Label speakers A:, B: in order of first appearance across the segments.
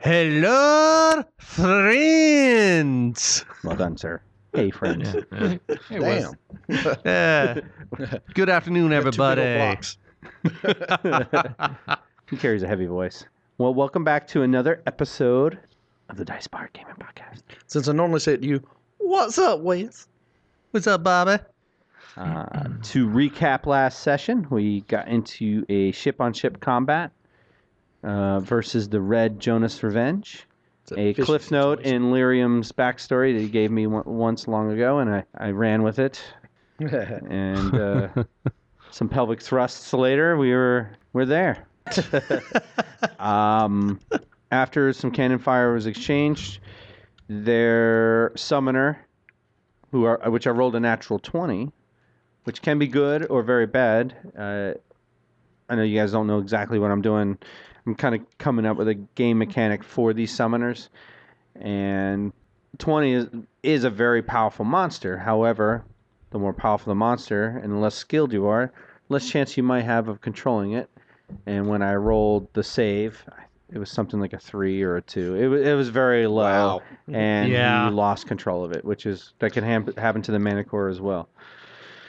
A: Hello, friends.
B: Well done, sir. Hey, friends.
C: Yeah. It was-
D: Damn.
A: Yeah. good afternoon,
D: Two big old
A: everybody.
D: blocks.
B: He carries a heavy voice. Well, welcome back to another episode of the Dice Bar Gaming Podcast.
D: Since I normally say it to you, what's up, Wes?
A: What's up, Bobby?
B: Uh,
D: Mm-hmm.
B: to recap last session, we got into a ship on ship combat uh, versus the Red Jonas Revenge.
D: It's
B: a
D: fishing
B: cliff note
D: situation.
B: in Lyrium's backstory that he gave me on- once long ago, and I, I ran with it. And uh, some pelvic thrusts later, we were we're there. um, after some cannon fire was exchanged, their summoner, who are which I rolled a natural twenty, which can be good or very bad. Uh, I know you guys don't know exactly what I'm doing. I'm kind of coming up with a game mechanic for these summoners, and 20 is is a very powerful monster. However, the more powerful the monster and the less skilled you are, less chance you might have of controlling it. And when I rolled the save, it was something like a three or a two. It was it was very low,
D: Wow.
B: and
A: Yeah.
B: he lost control of it, which is that can ham- happen to the Manticore as well.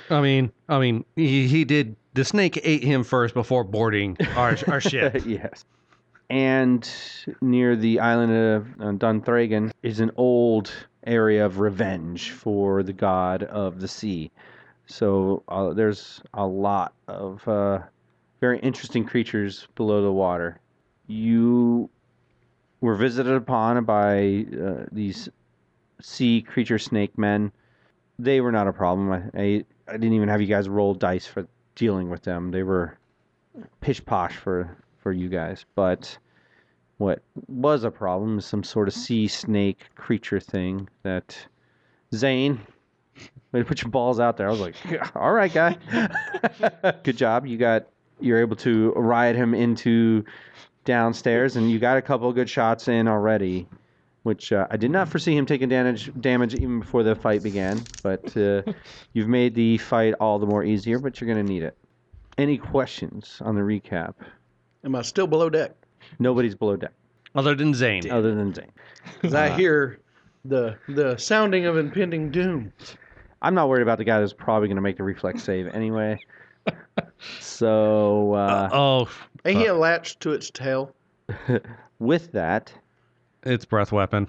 A: I mean, I mean, he, he did. The snake ate him first before boarding our our ship.
B: yes. And near the island of uh, Dunthragan is an old area of revenge for the god of the sea. So uh, there's a lot of uh, very interesting creatures below the water. You were visited upon by uh, these sea creature snake men. They were not a problem. I, I, I didn't even have you guys roll dice for dealing with them. They were pish posh for for you guys. But what was a problem is some sort of sea snake creature thing that Zane. Way to put your balls out there. I was like, all right, guy. Good job. You got you're able to ride him into downstairs, and you got a couple good shots in already, which uh, I did not foresee him taking damage damage even before the fight began. But uh, you've made the fight all the more easier. But you're going to need it. Any questions on the recap?
D: Am I still below deck?
B: Nobody's below deck
A: Other than Zane.
B: other than Zane.
D: Because I hear the the sounding of impending doom.
B: I'm not worried about the guy that's probably going to make the reflex save anyway. so, uh,
A: oh,
D: Ain't he latched to its tail?
B: with that,
A: it's breath weapon.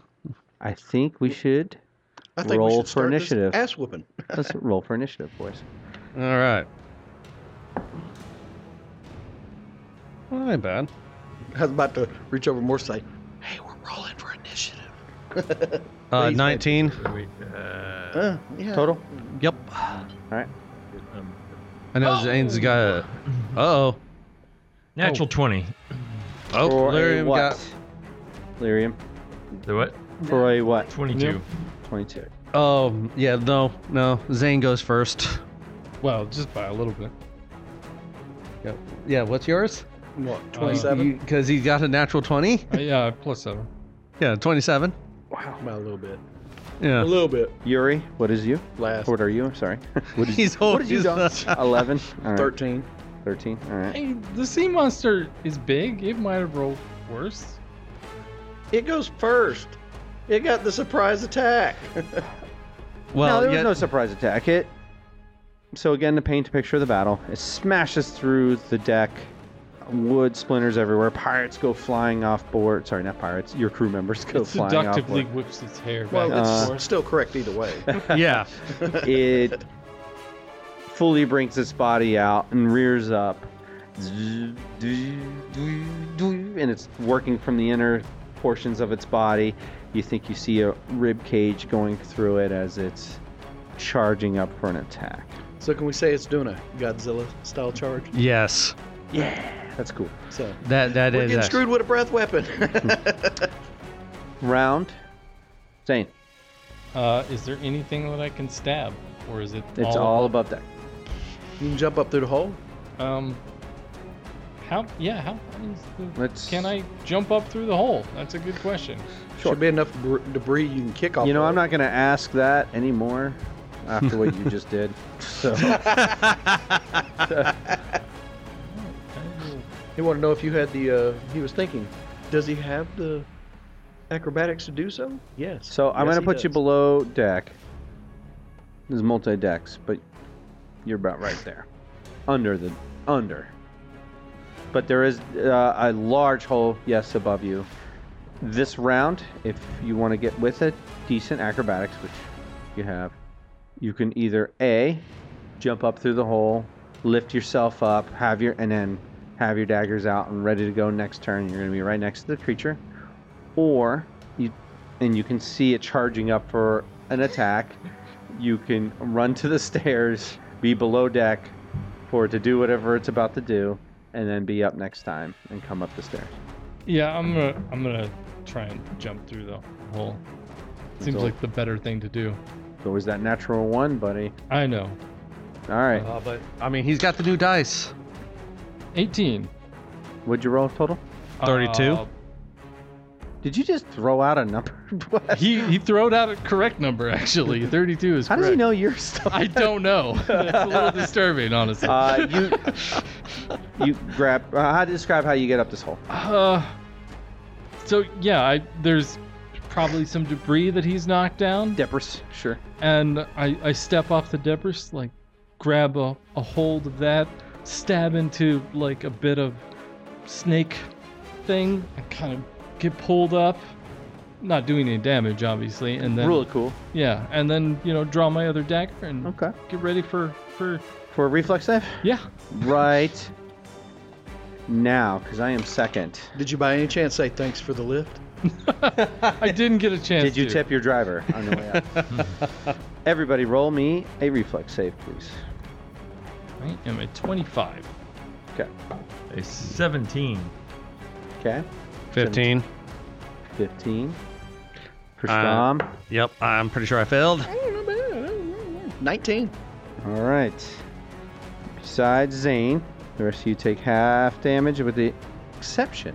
B: I think we should
D: I think
B: Roll
D: we
B: for
D: should start this
B: initiative.
D: ass whooping.
B: let's roll for initiative, boys.
A: All right. Well, that ain't bad. Uh,
D: I was about to reach over more and say, "Hey, we're rolling for initiative."
A: Uh,
D: Please,
A: Nineteen.
D: Uh, yeah.
B: Total.
A: Yep. All
B: right. Oh!
A: I know Zane's got. a- Uh-oh.
C: Natural 20.
A: Oh,
B: for a
A: Lyrium
B: what?
A: got
B: Lyrium.
C: The what?
B: For a what?
C: 22.
B: 22.
A: Oh, yeah, no, no. Zane goes first.
E: Well, just by a little bit. Uh,
A: Yeah, yeah what's yours?
D: What?
E: Seven.
D: Twenty-seven.
A: Because he got a natural 20?
E: Uh, yeah, plus seven.
A: Yeah, 27.
D: wow, about a little bit. A
A: Yeah.
D: little bit.
B: Yuri, what is you?
D: Last
B: What are you? I'm sorry. what is
A: He's uh,
B: what did you done? 11. All right.
D: thirteen.
B: 13. All right.
E: Hey, the sea monster is big. It might have rolled worse.
D: It goes first. It got the surprise attack.
B: no,
A: well,
B: there was
A: yeah,
B: no surprise attack. It. So again, to paint a picture of the battle, it smashes through the deck. Wood splinters everywhere. Pirates go flying off board. Sorry, not pirates. Your crew members go
E: It
B: flying off
E: seductively
B: board.
E: whips its hair back
D: Well,
E: and
B: Uh,
D: it's
E: forth.
D: still correct either way.
A: yeah.
B: It fully brings its body out and rears up. And it's working from the inner portions of its body. You think you see a rib cage going through it as it's charging up for an attack.
D: so can we say it's doing a Godzilla style charge?
A: Yes.
B: That's cool.
D: So
A: That that
D: we're
A: is.
D: getting
A: that.
D: screwed with a breath weapon.
B: round. Zane,
E: Uh, is there anything that I can stab, or is it
B: it's all, above deck.
D: You can jump up through the hole.
E: Um. How? Yeah. How? far is the-
B: Let's.
E: Can I jump up through the hole? That's a good question.
B: Sure.
D: Should be enough br- debris you can kick off.
B: You know,
D: of.
B: I'm not going to ask that anymore after what you just did. So
D: He want to know if you had the. Uh, he was thinking, does he have the acrobatics to do so? Yes.
B: So I'm
D: Yes,
B: gonna
D: he
B: put you
D: does.
B: below deck. This is multi decks, but you're about right there, under the under. But there is uh, a large hole, yes, above you. This round, if you want to get with it, decent acrobatics, which you have, you can either a jump up through the hole, lift yourself up, have your and then have your daggers out and ready to go next turn. You're gonna be right next to the creature, or you and you can see it charging up for an attack. You can run to the stairs, be below deck for it to do whatever it's about to do, and then be up next time and come up the stairs.
E: Yeah, I'm gonna I'm gonna try and jump through the hole. Seems
B: Result.
E: like the better thing to do.
B: So is that natural one, buddy?
E: I know.
B: All right.
A: Uh, but I mean, he's got the new dice.
E: 18.
B: What'd you roll total?
A: 32?
E: Uh,
B: Did you just throw out a number? What?
E: he he throwed out a correct number actually. 32 is
B: How
E: correct.
B: does he know you're still?
E: I don't know. That's a little disturbing, honestly.
B: Uh, you you grab. Uh, how to describe how you get up this hole?
E: Uh, so yeah, I, there's probably some debris that he's knocked down,
B: Deppers. Sure.
E: and I, I step off the debris, like grab a, a hold of that, stab into like a bit of snake thing, and kind of get pulled up, not doing any damage, obviously, and then
B: Rule it cool.
E: yeah, and then you know draw my other dagger and
B: Okay.
E: get ready for for
B: For a reflex save.
E: yeah.
B: Right. Now, because I am second.
D: Did you by any chance say thanks for the lift?
E: I didn't get a chance.
B: Did you
E: to.
B: tip your driver on the way up? Everybody, roll me a reflex save, please.
E: I am at 25.
C: A 17.
B: Okay,
A: 15.
B: 15. For Stom.
A: Yep, I'm pretty sure I failed.
D: 19.
A: Uh,
B: All right. Besides Zane, the rest of you take half damage with the exception.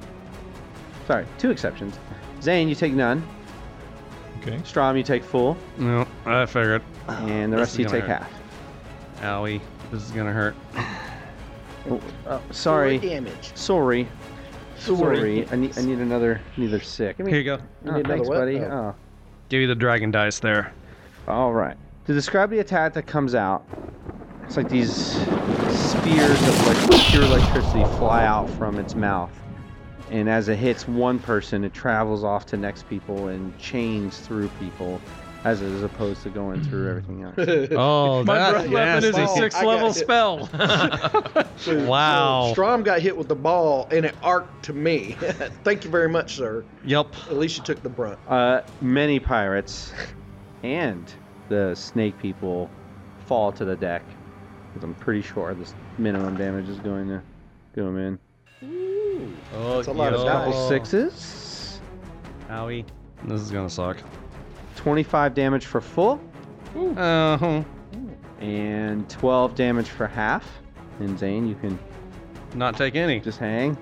B: Sorry, two exceptions. Zane, you take none.
E: Okay.
B: Strom, you take full.
A: No, I figured.
B: And the
A: Oh, This
B: rest
A: is
B: of you
A: gonna
B: take
A: hurt.
B: half.
A: Owie, this is gonna hurt.
B: Oh, oh, sorry.
D: damage.
B: Sorry. Sorry. I need, I need another, another sick.
A: Here uh, you go.
B: Oh,
D: need another
B: thanks,
D: what?
B: buddy.
D: Oh.
B: Oh.
A: Give you the dragon dice there.
B: All right. To describe the attack that comes out, it's like these spears of like pure electricity fly out from its mouth, and as it hits one person, it travels off to next people and chains through people, as it is opposed to going through everything else.
A: Oh,
E: My breath
A: that's
E: weapon is a
D: Wow.
E: six
D: oh, I got
E: level
D: it.
E: spell.
A: Wow.
D: Strom got hit with the ball and it arced to me. Thank you very much, sir.
A: Yep.
D: At least you took the brunt.
B: Uh, many pirates and the snake people fall to the deck. 'cause I'm pretty sure this minimum damage is going to go in.
A: Oh,
D: That's a lot of yo.
B: Couple
D: Oh.
B: sixes.
A: Owie, this is gonna suck.
B: 25 damage for full.
A: Uh,
B: and 12 damage for half. And Zane, you can
A: not take any.
B: just hang.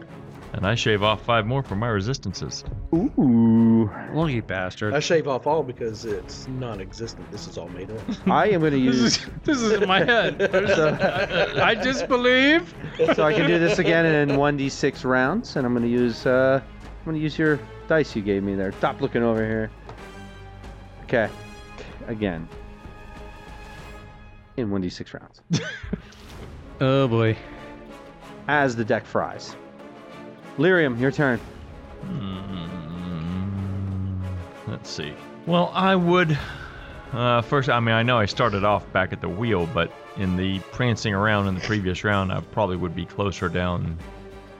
C: And I shave off five more for my resistances.
B: Ooh.
A: Lucky bastard.
D: I shave off all because it's non existent. This is all made up.
B: I am going to
E: this
B: use
E: is this is in my head.
B: so,
E: I disbelieve.
B: so I can do this again in 1d6 rounds, and I'm going to use uh, I'm going to use your dice you gave me there. Stop looking over here. Okay, again in 1d6 rounds
A: Oh boy.
B: as the deck fries. Lyrium, your turn.
C: Hmm, Let's see. Well, I would. Uh, first, I mean, I know I started off back at the wheel, but in the prancing around in the previous round, I probably would be closer down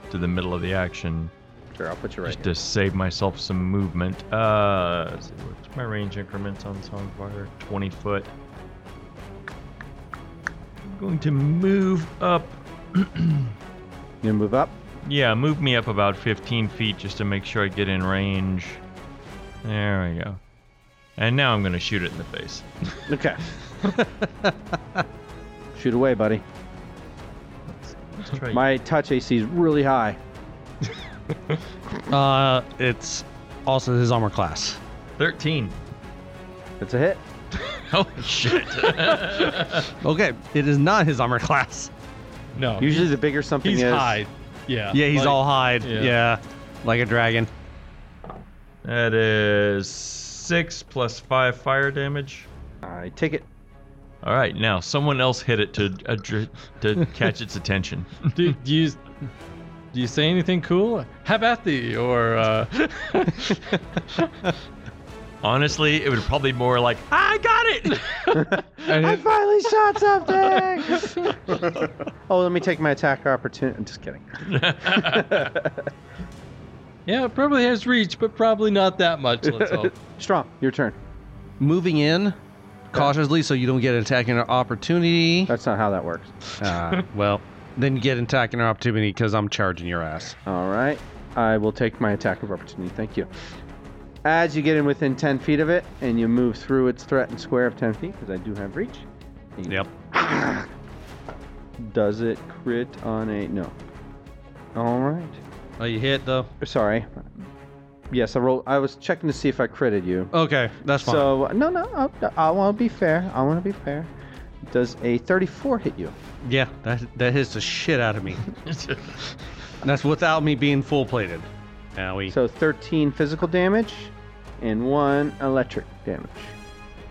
C: to the middle of the action
B: Sure, I'll put you right.
C: just to save myself some movement. Uh, let's see, what's my range increments on Songfire? 20 foot. I'm going to move up.
B: Here. You move up.
C: Yeah, move me up about 15 feet just to make sure I get in range. There we go. And now I'm going to shoot it in the face.
B: Okay. Shoot away, buddy.
C: Let's try-
B: My touch AC is really high.
A: Uh, it's also his armor class.
C: 13.
B: It's a hit.
C: Oh, shit.
A: Okay, it is not his armor class.
E: No.
B: Usually, the bigger something
E: he's
B: is,
E: high. Yeah.
A: Yeah, he's
E: like-
A: all hide.
E: yeah.
A: Yeah. like a dragon.
C: That is six plus five fire damage.
B: I take it.
C: All right, now someone else hit it to adri- to catch its attention.
E: Do, do you do you say anything cool? Have at thee, or uh,
C: Honestly, it would probably be more like I got it.
E: and
B: I
E: it-
B: finally shot something. oh, let me take my attack opportunity. I'm just kidding.
E: yeah, it probably has reach, but probably not that much. Let's hope.
B: Strong, your turn.
A: Moving in cautiously so you don't get an attack and an opportunity.
B: That's not how that works.
A: Uh, well, then you get an attack and an opportunity because I'm charging your ass.
B: All right. I will take my attack of opportunity. Thank you. As you get in within 10 feet of it and you move through its threatened square of 10 feet, because I do have reach. you-
A: Yep.
B: Does it crit on a. No. All right.
A: Oh, you hit though.
B: Sorry. Yes, I rolled. I was checking to see if I critted you.
A: Okay, that's fine.
B: So, no, no. I, I want to be fair. I want to be fair. Does a 34 hit you?
A: yeah, that that hits the shit out of me. that's without me being full plated. Owie.
B: So 13 physical damage and one electric damage.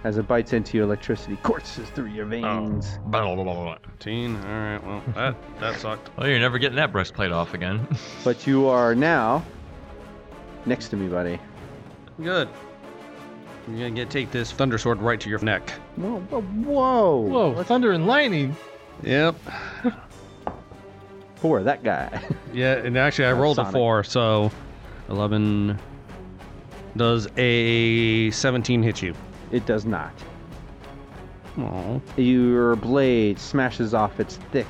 B: As it bites into you, electricity courses through your veins.
C: well,
A: 15. All right. Well, that that sucked.
C: Oh, you're never getting that breastplate off again.
B: But you are now next to me, buddy.
A: Good. You're gonna get take this thunder sword right to your neck.
B: Whoa, whoa, whoa.
E: Whoa, thunder and lightning.
A: Yep.
B: Poor that guy.
A: Yeah, and actually I
B: That's
A: rolled a
B: Sonic.
A: four, so eleven. Does a seventeen hit you?
B: it does not.
A: Oh.
B: Your blade smashes off its thick,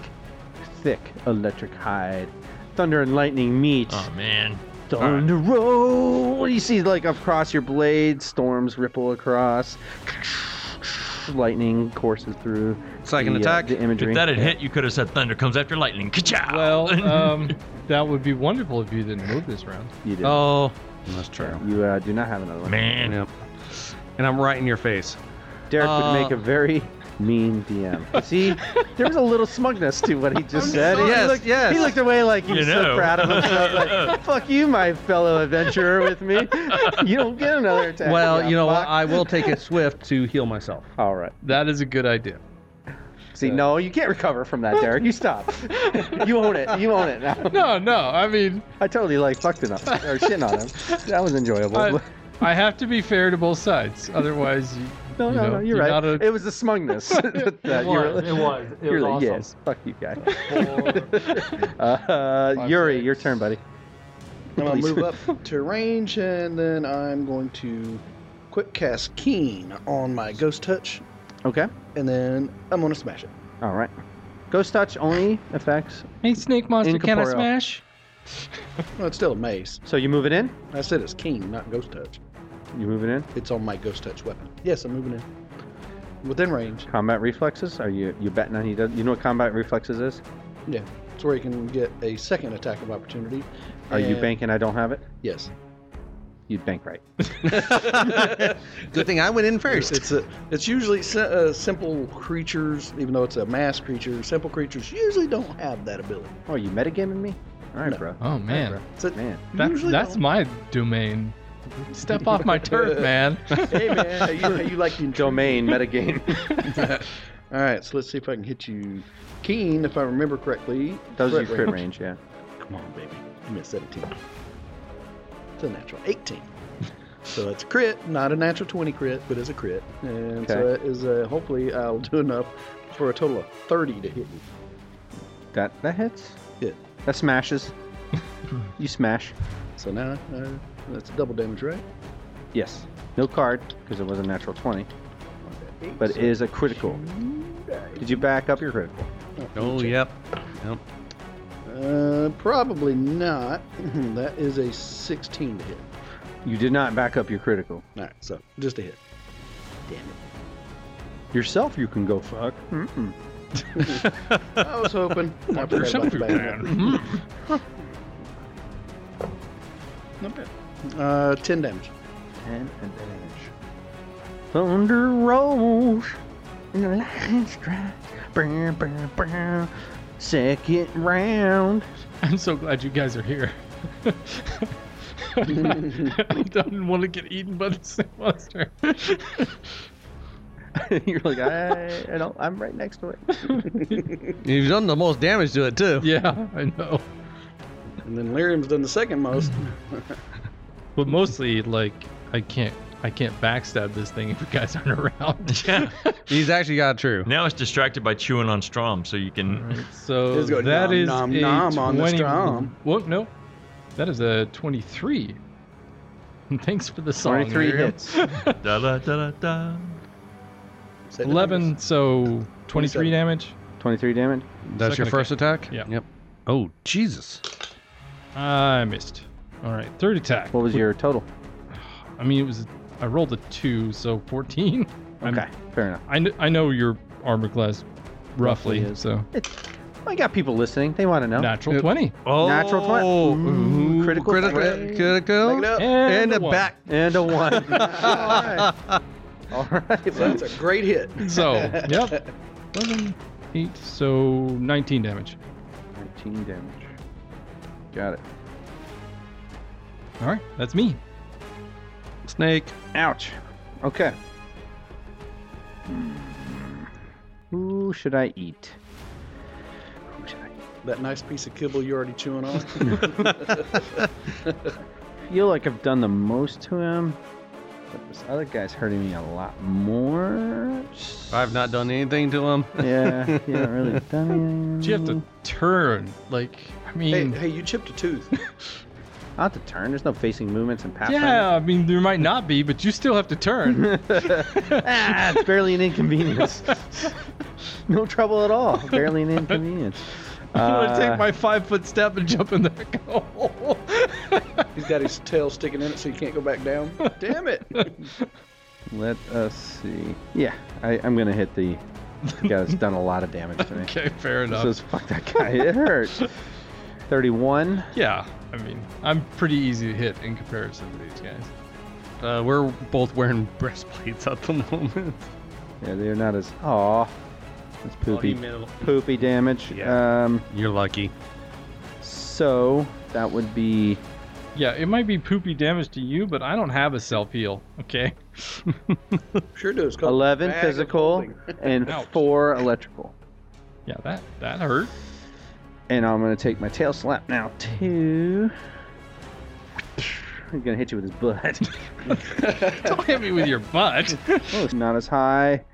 B: thick electric hide. Thunder and lightning meet.
C: oh man.
B: Thunder roll. You see, like across your blade, storms ripple across. Lightning courses through.
A: Second
B: the, uh,
A: attack.
B: the imagery.
C: If that had hit, you could have said thunder comes after lightning. Ka-chow!
E: Well, um, that would be wonderful if you didn't move this round.
B: you did.
A: Oh, that's true.
B: You uh, do not have another one.
C: man.
A: Yep. And I'm right in your face.
B: Derek
A: Uh,
B: would make a very mean DM. See, there was a little smugness to what he just said. He
A: Yes,
B: looked-
A: yes.
B: He looked away like he
C: You
B: was
C: know.
B: so proud of himself. Like, fuck you, my fellow adventurer with me. You don't get another attack.
A: Well, you know what?
B: fuck."
A: I will take a swift to heal myself.
B: All right.
E: That is a good idea.
B: See, no, you can't recover from that, Derek. You stop. you own it. You own it now.
E: No, no, I mean,
B: I totally like fucked it up or shitting on him. That was enjoyable.
E: I, I have to be fair to both sides. Otherwise, you,
B: no,
E: you
B: no,
E: know,
B: no, you're, right.
E: not a-
B: It was the smugness. that
F: It
B: you were-
F: was. It was. It
B: you're
F: was
B: like,
F: awesome.
B: yes, fuck you, guy.
F: Four.
B: Uh,
E: Five,
B: Yuri,
E: six.
B: your turn, buddy.
D: I'm gonna
B: Please.
D: move up to range, and then I'm going to quick cast Keen on my Ghost Touch,
B: Okay.
D: and then I'm gonna smash it.
B: All right. Ghost touch only affects.
E: hey, snake monster, can I
B: Incorporeal.
E: smash?
D: Well, it's still a mace.
B: So you move it in.
D: I said it's Keen, not Ghost Touch.
B: You move it in.
D: It's on my Ghost Touch weapon. Yes, I'm moving in within range.
B: Combat reflexes. Are you you betting on he does? You know what combat reflexes is?
D: Yeah, it's where you can get a second attack of opportunity.
B: Are you
D: and-
B: banking? I don't have it.
D: Yes.
B: You'd bank right.
A: Good thing I went in first.
D: It's a, it's usually si- uh, simple creatures, even though it's a mass creature. Simple creatures usually don't have that ability.
B: Oh, you metagaming me? All right,
D: No.
B: bro.
E: Oh, man.
D: It's a-
B: Man,
E: That's,
D: usually
E: that's
D: don't.
E: my domain. Step off my turf, man.
D: hey man, how you, how you like the
B: domain metagame
D: All right, so let's see if I can hit you, Keen, if I remember correctly.
B: does your crit range. Yeah.
D: Come on, baby, give me a 17. It's a natural 18. So it's a crit, not a natural 20 crit, but it's a crit, and so it
B: Okay.
D: is uh, hopefully I'll do enough for a total of 30 to hit you.
B: That that hits.
D: Yeah.
B: That smashes. you smash.
D: So now uh, that's double damage, right?
B: Yes. No card because it was a natural twenty,
D: Eight,
B: but
D: so-
B: it is a critical. Did you back up your critical?
A: oh, yep.
D: Uh, probably not. that is a 16 to hit.
B: You did not back up your critical.
D: All right, so just a hit. Damn it.
B: Yourself, you can go fuck. Mm-mm.
D: I was hoping. I forgot about the bad one. Not bad. Uh, 10 damage.
B: And advantage. Thunder rolls. And the lightning strikes. Brr, brr, brr. Second round.
E: I'm so glad you guys are here. I don't want to get eaten by the same monster.
B: You're like, I, I don't, I'm right next to it.
A: You've done the most damage to it too.
E: yeah, I know.
D: And then Lyrium's done the second most.
E: But mostly, like, I can't, I can't backstab this thing if you guys aren't around.
C: Yeah.
A: He's actually got true.
C: Now it's distracted by chewing on Strom, so you can.
E: Alright, so
D: Just go
E: that
D: nom, nom,
E: is a
D: nom on the
E: 20
D: strum.
E: Whoa, no, that is a twenty-three. Thanks for the song.
B: 23
E: Ariel.
B: hits.
C: Da, da, da, da, da.
D: Say the
E: Eleven, so
D: 27.
E: twenty-three damage.
B: 23 damage.
A: That's your
E: Second
A: first attack.
E: Yeah.
A: Yep. Oh Jesus.
E: I missed. All right, third attack.
B: What was your total?
E: I mean, it was. I rolled a two, so fourteen. I'm-
B: Okay, fair enough.
E: I, kn- I know your armor class,
B: Roughly
E: roughly.
B: is.
E: so
B: I got people listening. They want to know.
E: natural
A: Yep.
E: twenty.
C: Oh,
B: Natural twen-
A: Ooh,
B: critical
A: critical,
B: threat.
D: numbers.
A: critical,
D: Look it up.
A: and
E: a
A: a
E: one.
A: back.
B: And a one. All right. All right.
D: So that's a great hit.
E: So yep, 11, eight, so nineteen damage.
B: 19 damage. Got it.
E: All right, that's me.
A: Snake.
B: Ouch. Okay. Hmm. Who should I eat? Who should I eat?
D: That nice piece of kibble you're already chewing on.
B: feel like I've done the most to him, but this other guy's hurting me a lot more.
A: I've not done anything to him.
B: Yeah, you haven't really done anything.
E: Do you have to
B: Mm-hmm.
E: turn? Like, I
D: hey,
E: mean,
D: hey, you chipped a tooth.
B: I'll have to turn. There's no facing movements and paths.
E: yeah, I mean, there might not be, but you still have to turn.
B: ah, it's barely an inconvenience. no trouble at all. Barely an inconvenience.
E: I'm gonna
B: Uh,
E: take my five foot step and jump in that hole.
D: He's got his tail sticking in it so you can't go back down. Damn it.
B: Let us see. Yeah, I, I'm gonna hit the guy that's done a lot of damage to me.
E: okay, fair enough.
B: So fuck that guy. It hurts. 31.
E: Yeah, I mean, I'm pretty easy to hit in comparison to these guys.
A: Uh, we're both wearing breastplates at the moment.
B: Yeah, they're not as. Aw. That's poopy.
A: middle.
B: poopy damage.
A: Yeah.
B: Um,
A: You're lucky.
B: so that would be
E: Yeah, it might be poopy damage to you, but I don't have a self heal. Okay.
D: Sure do. It's called
B: 11
D: bag of
B: physical
D: holding.
B: and
E: Ouch.
B: 4 electrical.
E: Yeah, that that hurt.
B: And I'm going to take my tail slap now, too. I'm going to hit you with his butt.
E: Don't hit me with your butt.
B: oh, it's not as high,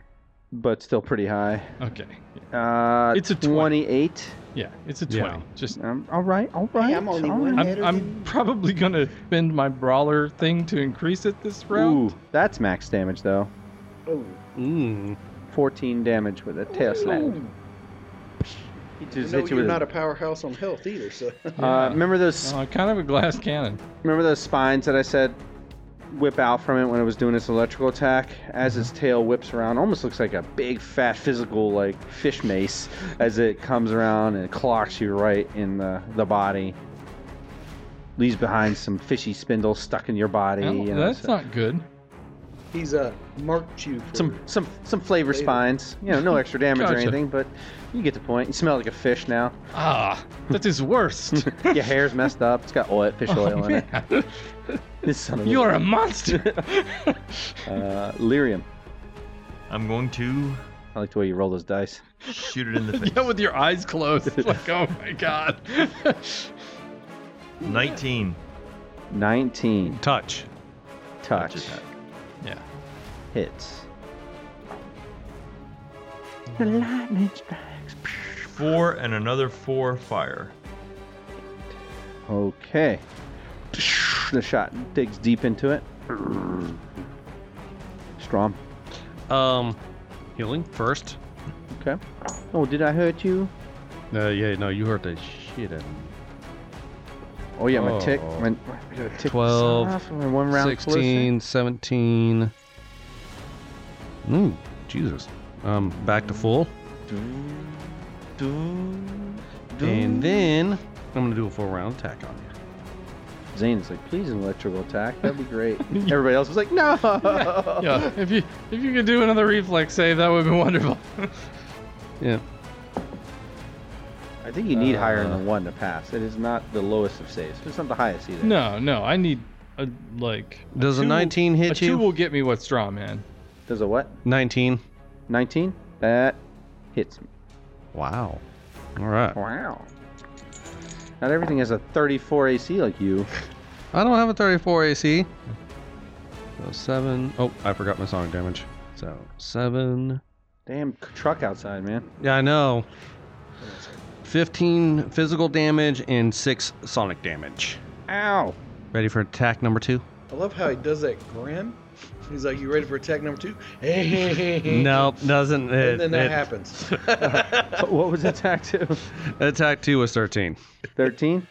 B: but still pretty high.
E: Okay.
B: Uh,
E: It's a 20.
B: 28.
E: Yeah, it's a
A: Yeah.
E: twenty. Just
B: Um, all right, all right.
D: I'm only
B: all
D: one
B: right.
E: I'm I'm probably gonna spend my brawler thing to increase it this round.
B: Ooh, that's max damage, though.
D: Oh,
A: Mm.
B: 14 damage with a tail slap. He
D: You
B: just
D: know,
B: hit you
D: you're
B: with
D: not
B: a,
D: a powerhouse on health either, so.
B: uh, Remember those
E: Uh, kind of a glass cannon.
B: Remember those spines that I said whip out from it when it was doing its electrical attack? As
E: Mm-hmm.
B: its tail whips around, almost looks like a big, fat, physical, like fish mace as it comes around and clocks you right in the, the body. Leaves behind some fishy spindles stuck in your body.
E: Oh,
B: you know,
E: that's
B: uh, so-
E: not good.
D: He's uh, marked you for
B: some some some flavor
D: Later.
B: spines. You know, no extra damage
E: Gotcha.
B: or anything, but you get the point. You smell like a fish now.
E: Ah, that is worst.
B: Your hair's messed up. It's got oil, fish oil
E: Oh,
B: in it.
E: man.
B: This son of a-
E: You're a monster.
B: uh, lyrium.
C: I'm going to
B: I like the way you roll those dice.
C: shoot it in the face.
E: yeah, with your eyes closed. It's like, oh my god.
C: 19.
B: 19
A: Touch.
B: touch
C: attack.
E: yeah.
B: hits. The lightning strikes.
C: Four and another four fire.
B: Okay. The shot digs deep into it. Strom.
A: Um, healing first.
B: Okay. Oh, did I hurt you?
A: Uh, yeah, no, you hurt the shit out of me.
B: Oh yeah, my tick.
A: Oh.
B: My, I gotta tick this
A: 12,
B: off, my one round
A: 16, 17. Ooh, Jesus. Um, back to full. And then I'm going to do a full round attack on you.
B: Zane's like, please an electrical attack. That'd be great. Everybody else was like, no.
E: Yeah. If you if you could do another reflex save, that would be wonderful.
A: Yeah.
B: I think you need higher
C: Uh,
B: than one to pass. It is not the lowest of saves. It's not the highest either.
E: No, no, I need a like.
A: Does a
E: two-
A: 19
E: A
A: hit
E: two
A: you?
E: will get me what's straw man.
B: Does a what?
A: 19.
B: 19? That hits me.
A: Wow. All right.
B: Wow. Not everything has a 34 AC like you.
A: I don't have a 34 AC. So seven. Oh, I forgot my song damage. So seven.
B: Damn c- truck outside, man.
A: Yeah, I know. 15 physical damage and six sonic damage.
B: Ow!
A: Ready for attack number two?
D: I love how he does that grin. He's like, "You ready for attack number two?
A: Nope, doesn't. It,
D: And then that
A: it-
D: happens.
B: what was attack two?
A: Attack two was 13.
B: 13?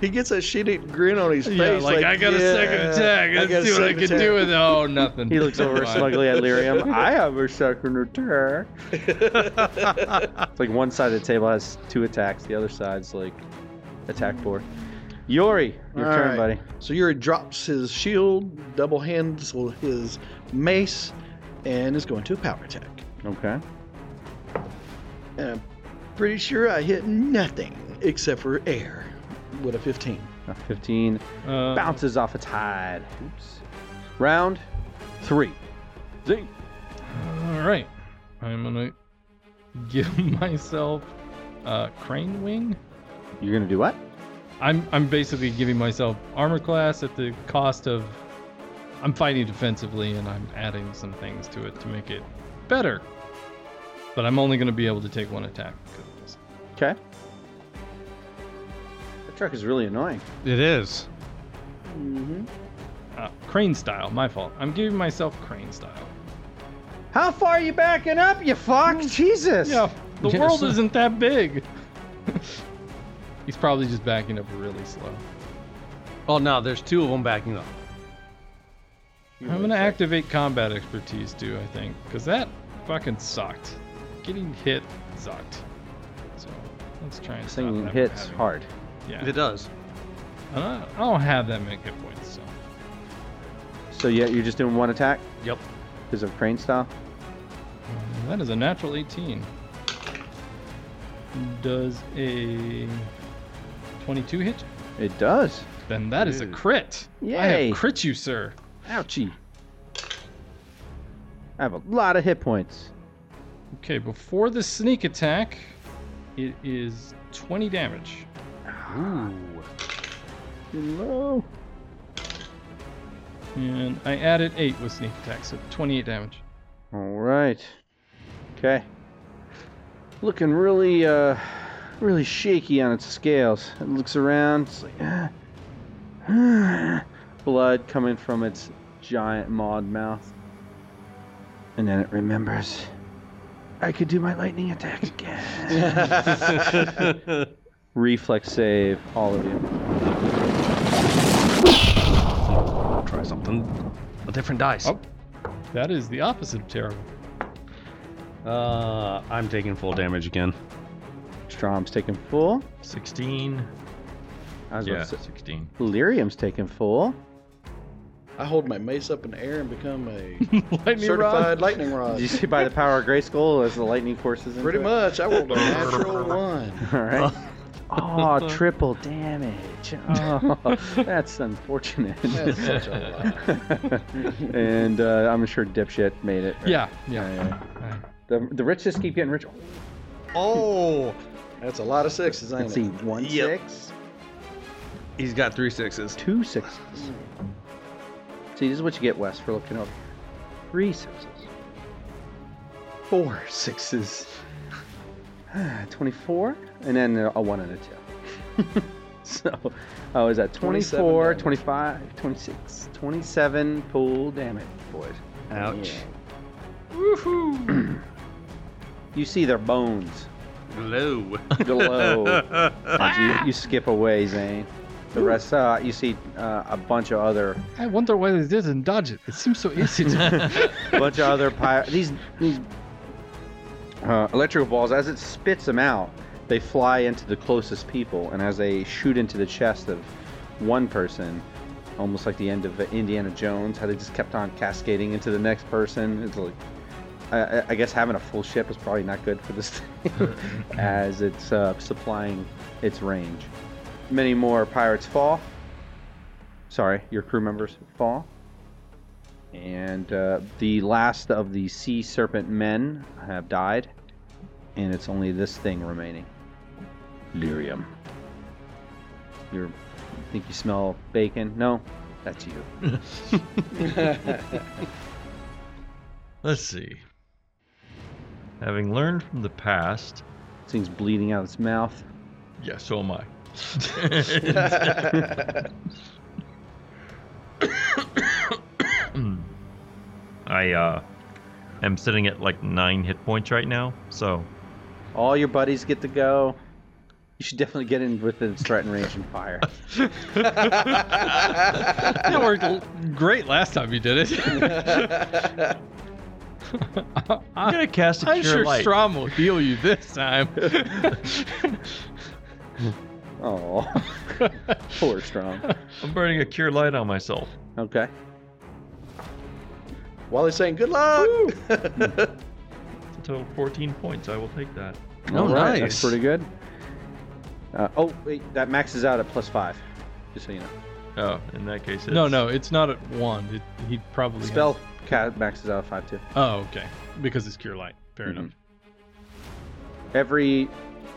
D: he gets a shitty grin on his face.
E: Yeah, like, I got a second
D: "Yeah,
E: attack.
D: Uh, I got
E: Let's
D: a
E: see what I
D: second
E: can do
D: attack."
E: with it. Oh, nothing.
B: He looks over
E: Never mind.
B: smugly at Lyrium. I have a second attack. it's like one side of the table has two attacks, the other side's like attack four. Yori, your
D: All
B: turn,
D: right.
B: buddy.
D: So Yuri drops his shield, double hands his mace, and is going to power attack.
B: Okay.
D: And I'm pretty sure I hit nothing except for air with a 15.
B: A 15
E: Uh,
B: bounces off its hide. Oops. Round three. Zing.
E: All right, I'm gonna give myself uh, crane wing.
B: You're gonna do what?
E: I'm I'm basically giving myself armor class at the cost of I'm fighting defensively and I'm adding some things to it to make it better. But I'm only going to be able to take one attack. because of this.
B: Okay. That truck is really annoying.
A: It is.
E: Uh, crane style, my fault. I'm giving myself crane style.
B: How far are you backing up, you fox? Jesus.
E: Yeah, the
A: Yes.
E: world isn't that big. He's probably just backing up really slow.
A: Oh, no, there's two of them backing up.
E: I'm going to activate combat expertise too, I think, because that fucking sucked. Getting hit sucked. So let's try and
B: This
E: stop
B: thing
E: that from
B: hits
E: happening.
B: hard.
E: Yeah.
A: It does.
E: And I I don't have that many hit points, so.
B: So yeah, you're just doing one attack
A: Yep.
B: because of crane style.
E: And That is a natural 18. Does a 22 hit?
B: It does.
E: Then that is a
A: Dude.
E: crit. I
B: Yay.
E: have crit you, sir.
B: Ouchie. I have a lot of hit points.
E: Okay, before the sneak attack, it is 20 damage.
A: Ooh.
B: Hello.
E: And I added 8 with sneak attack, so 28 damage.
B: All right. Okay. Looking really, uh, really shaky on its scales. It looks around. It's like blood coming from its giant mauled mouth, and then it remembers. I could do my lightning attack again. Reflex save, all of you.
A: Try something. A different dice.
E: Oh. That is the opposite of terrible.
A: Uh, I'm taking full damage again.
B: Strom's taking full.
C: 16.
B: I was
C: Yeah,
B: about to say,
C: 16.
B: Lyrium's taking full.
D: I hold my mace up in the air and become a
E: Lightning
D: certified
E: rod.
D: lightning
B: Did
D: rod.
B: you see by the power of Gray Skull as the lightning courses into
D: Uh, Pretty
B: it?
D: much, I rolled a natural one.
B: All right. Oh, triple damage. Oh, that's unfortunate.
D: That's such a lie.
B: and uh, I'm sure Dipshit made it. right?
E: Yeah, yeah.
B: Yeah. The, the rich just keep getting rich.
A: Oh!
D: That's a lot of sixes, ain't
B: Let's see.
D: it?
B: One
A: Yep.
B: six,
A: He's got three sixes.
B: two sixes. See, this is what you get, Wes, for looking up. Three sixes. Four sixes. 24. And then a one and a two. so, oh, I was at
D: 27
B: 24,
D: damage.
B: 25, 26, 27 pool damage, boys.
A: Ouch.
B: You see their bones
A: Low.
B: glow. as you, you skip away, Zane. The rest, uh, you see uh, a bunch of other,
E: I wonder why they didn't dodge it. It seems so easy to.
B: bunch of other pi- these these uh, electrical balls. As it spits them out, they fly into the closest people, and as they shoot into the chest of one person, almost like the end of Indiana Jones, how they just kept on cascading into the next person. It's like I, I- I guess having a full ship is probably not good for this thing, as it's uh, supplying its range. Many more pirates fall. Sorry, your crew members fall. And uh, the last of the sea serpent men have died, and it's only this thing remaining. Lyrium. You're, you think you smell bacon? No, that's you.
C: Let's see. Having learned from the past,
B: This thing's bleeding out of its mouth.
C: yeah, so am I.
D: That's
C: I uh, am sitting at like nine hit points right now, so
B: All your buddies get to go. You should definitely get in within its threatened range and fire.
E: That worked l- great last time you did it.
C: I'm
E: I,
C: gonna cast a
E: am
C: cure
E: sure
C: light.
E: Strom will heal you this time.
B: Oh, poor Strong.
C: I'm burning a cure light on myself.
B: Okay.
D: Wally's saying good luck.
C: It's a total of 14 points. I will take that.
A: Oh,
B: All right, That's
A: nice.
B: pretty good. Uh, oh, wait, that maxes out at plus five. Just so you know.
C: Oh, in that case, it's...
E: no, no, it's not at one. It, he probably has-
B: Spell ca maxes out at five too.
E: Oh, okay. Because it's cure light. Fair
B: Mhm.
E: enough.
B: Every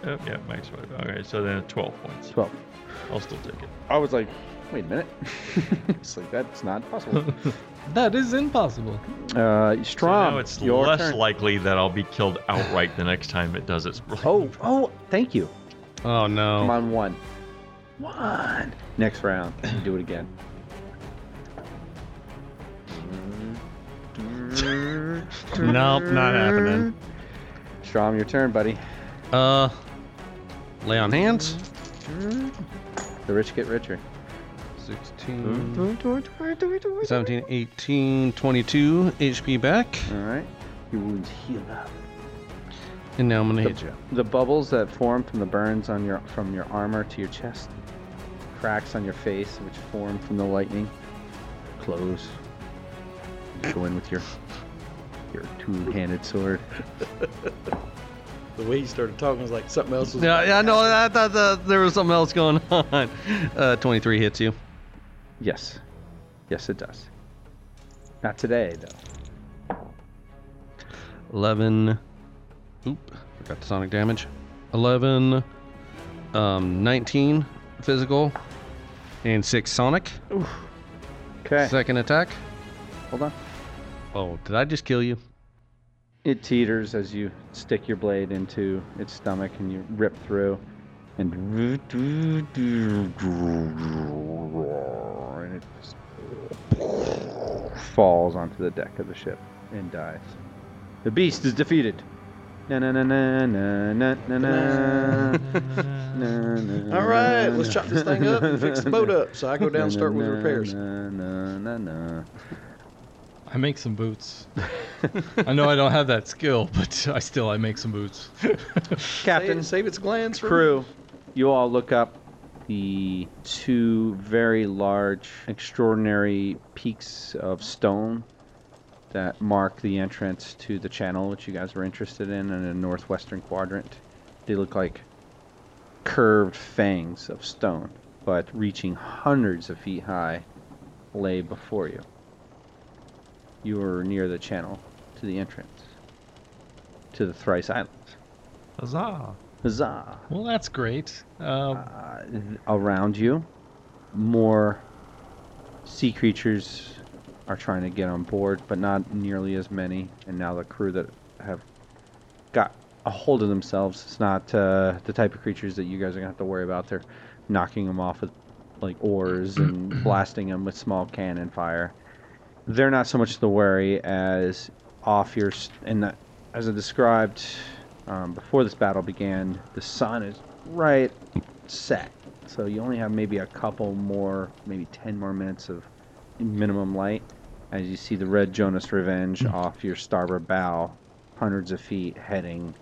C: Oh, yeah, max five. Okay, so then 12 points.
B: twelve.
C: I'll still take it.
B: I was like, wait a minute. it's like that's not possible.
E: That is impossible.
B: Uh,
C: So
B: Strom,
C: now it's
B: your
C: less
B: turn.
C: likely that I'll be killed outright the next time it does its. roll.
B: Oh, oh, thank you.
A: Oh
B: Come
A: no.
B: on, one. One. Next round, do it again.
A: Nope, not happening.
B: Strom, your turn, buddy.
A: Uh, lay on hands.
B: The rich get richer.
A: 16, 17, 18, 22 HP back.
B: All right. Your wounds heal up.
A: And now I'm gonna
B: The-
A: hit you.
B: The bubbles that form from the burns on your from your armor to your chest, cracks on your face which form from the lightning, close. Go in with your your two-handed sword.
D: The way you started talking was like something else was.
A: Yeah, yeah, no, I thought that there was something else going on. Uh, 23 hits you.
B: Yes. Yes, it does. Not today, though.
A: 11. Oop, forgot the sonic damage. 11, um, 19 physical, and 6 sonic.
B: Okay.
A: Second attack.
B: Hold on.
A: Oh, did I just kill you?
B: It teeters as you stick your blade into its stomach and you rip through. And, and it just falls onto the deck of the ship and dies. The beast is defeated. Na na na na na na na na. na na.
D: All right, let's chop this thing up and fix the boat up. So I go down, and start with
B: Na,
D: repairs.
B: Na, na, na, na.
E: I make some boots. I know I don't have that skill, but I still I make some boots.
B: Captain,
D: Save, save its glands for
B: crew, you all look up the two very large, extraordinary peaks of stone that mark the entrance to the channel which you guys were interested in in the northwestern quadrant. They look like curved fangs of stone, but reaching hundreds of feet high lay before you. You are near the channel to the entrance to the Thrice Islands.
C: Huzzah!
B: Huzzah!
E: well, that's great. Uh,
B: uh, around you. More sea creatures are trying to get on board, but not nearly as many. And now the crew that have got a hold of themselves, it's not uh, the type of creatures that you guys are gonna have to worry about. They're knocking them off with like oars and blasting them with small cannon fire. They're not so much the worry as off your s- and that, as I described um, before this battle began, the sun is right set. So you only have maybe a couple more, maybe 10 more minutes of minimum light as you see the Red Jonas Revenge
C: Hmm.
B: off your starboard bow, hundreds of feet heading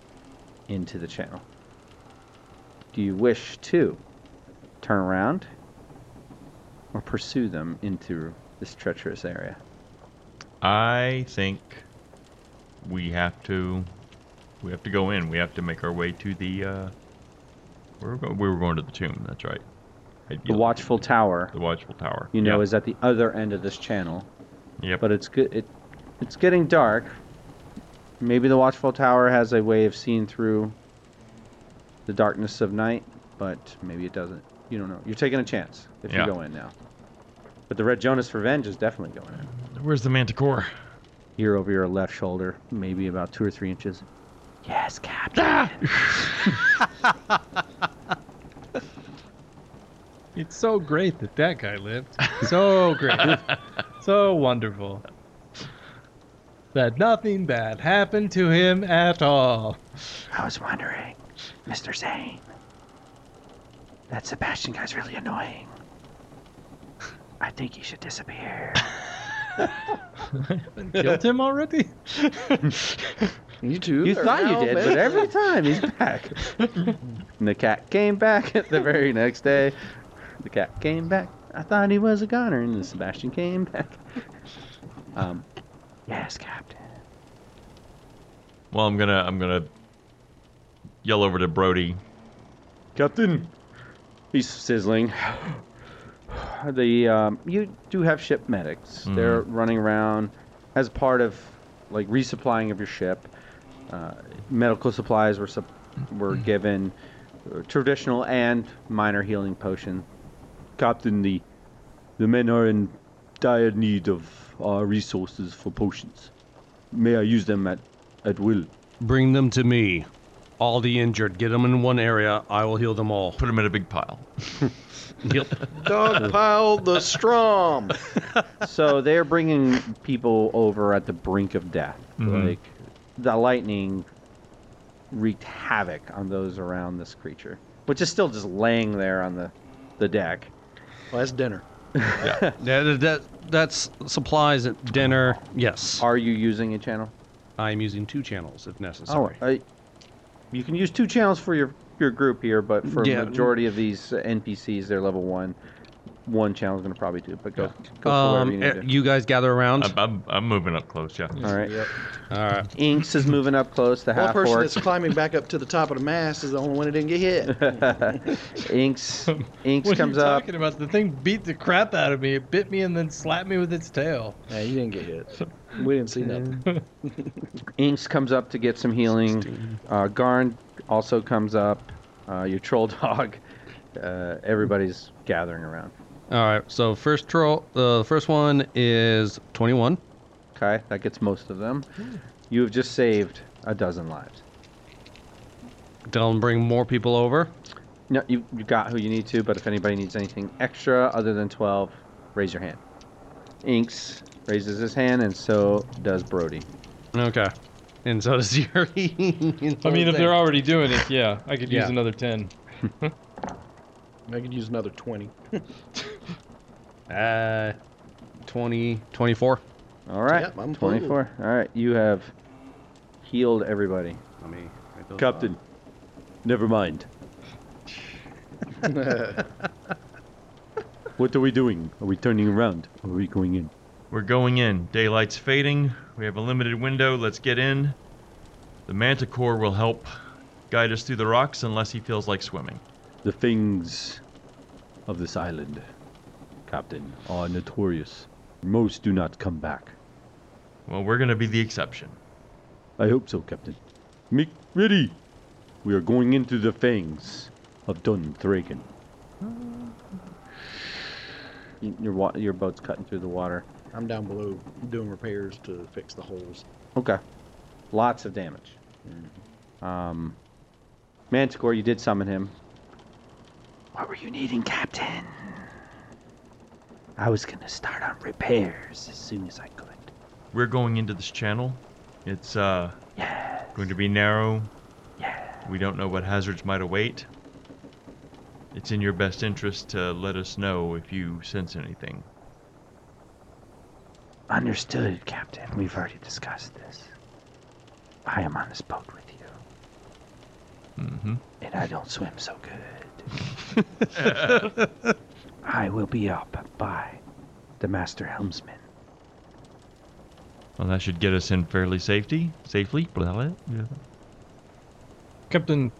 B: into the channel. Do you wish to turn around or pursue them into this treacherous area?
C: I think we have to we have to go in. We have to make our way to the. Uh, we were, go- we were going to the tomb. That's right. I'd
B: The
C: yelled.
B: Watchful Tower,
C: The watchful tower.
B: you know,
C: Yep.
B: is at the other end of this channel.
C: Yep.
B: But it's good. It, it's getting dark. Maybe the Watchful Tower has a way of seeing through the darkness of night, but maybe it doesn't. You don't know. You're taking a chance if
C: Yeah.
B: you go in now. But the Red Jonas Revenge is definitely going in.
C: Where's the manticore?
B: Here over your left shoulder, maybe about two or three inches. Yes, Captain.
E: It's so great that that guy lived. So great. so wonderful. That nothing bad happened to him at all.
B: I was wondering, Mr. Zane. That Sebastian guy's really annoying. I think he should disappear.
E: Killed him already?
D: You too.
B: You
D: are
B: thought
D: now
B: you did,
D: bad.
B: but every time he's back. and the cat came back the very next day. The cat came back. I thought he was a goner, and then Sebastian came back. Um, yes, Captain.
C: Well, I'm gonna I'm gonna yell over to Brody.
B: Captain. He's sizzling. the um, you do have ship medics. They're running around as part of like resupplying of your ship. Uh, medical supplies were sup- were given, uh, traditional and minor healing potion. Captain, the the men are in dire need of our resources for potions. May I use them at at will?
A: Bring them to me. All the injured, get them in one area. I will heal them all.
C: Put him in a big pile.
A: Yep.
D: Dog piled the Strom.
B: so they're bringing people over at the brink of death.
C: Mhm.
A: Mm-hmm.
B: Like the lightning wreaked havoc on those around this creature, which is still just laying there on the, the deck.
D: Well, that's dinner.
A: That, that- that- that's supplies at dinner. Yes.
B: Are you using a channel?
A: I'm using two channels if necessary.
B: Oh, I, you can use two channels for your your group here, but for
A: Yeah.
B: a majority of these uh, NPCs, they're level one. One channel's gonna probably do, it, but go go for whatever
A: um,
B: you
A: eh,
B: need to.
A: you guys gather around.
C: I'm, I'm, I'm moving up close. Yeah.
B: All right.
D: Yep.
A: All right.
B: Inks is moving up close. The
D: One
B: half
D: person
B: orc.
D: that's climbing back up to the top of the mast is the only one that didn't get hit.
B: Inks Inks
E: what
B: comes
E: are you
B: up.
E: talking about? The thing beat the crap out of me. It bit me and then slapped me with its tail.
D: Yeah, he didn't get hit. We didn't see nothing.
B: Inks comes up to get some healing. Uh, Garn also comes up. Uh, your troll dog. Uh, everybody's gathering around.
A: All right. So first troll. The first one is 21.
B: Okay, that gets most of them. You have just saved a dozen lives.
A: Tell them bring more people over.
B: No, you, you got who you need to, but if anybody needs anything extra other than 12, raise your hand. Inks raises his hand, and so does Brody.
A: Okay. And so does your. I
E: I mean, if they're already doing it, yeah, I could use
A: Yeah.
E: another 10.
D: I could use another 20.
A: Uh, 20, 24.
B: All right,
D: Yep, I'm full.
B: 24. All right, you have healed everybody.
A: Let me. write those down.
B: never mind.
D: That's
B: What are we doing? Are we turning around? Or are we going in?
C: We're going in. Daylight's fading. We have a limited window. Let's get in. The manticore will help guide us through the rocks unless he feels like swimming.
B: The things of this island, Captain, are notorious. Most do not come back.
C: Well, we're gonna be the exception.
B: I hope so, Captain. Make ready! We are going into the fangs of Dun Thraken. Your, wa- your boat's cutting through the water.
D: I'm down below doing repairs to fix the holes.
B: Okay. Lots of damage. Um, Manticore, you did summon him. What were you needing, Captain? I was gonna start on repairs as soon as I could.
C: We're going into this channel. It's uh going to be narrow. We don't know what hazards might await. It's in your best interest to let us know if you sense anything.
B: Understood, Captain. We've already discussed this. I am on this boat with you,
C: Mm-hmm.
B: and I don't swim so good. I will be up by the master helmsman.
C: Well, that should get us in fairly safety. Safely. Blah, blah, blah.
E: Captain,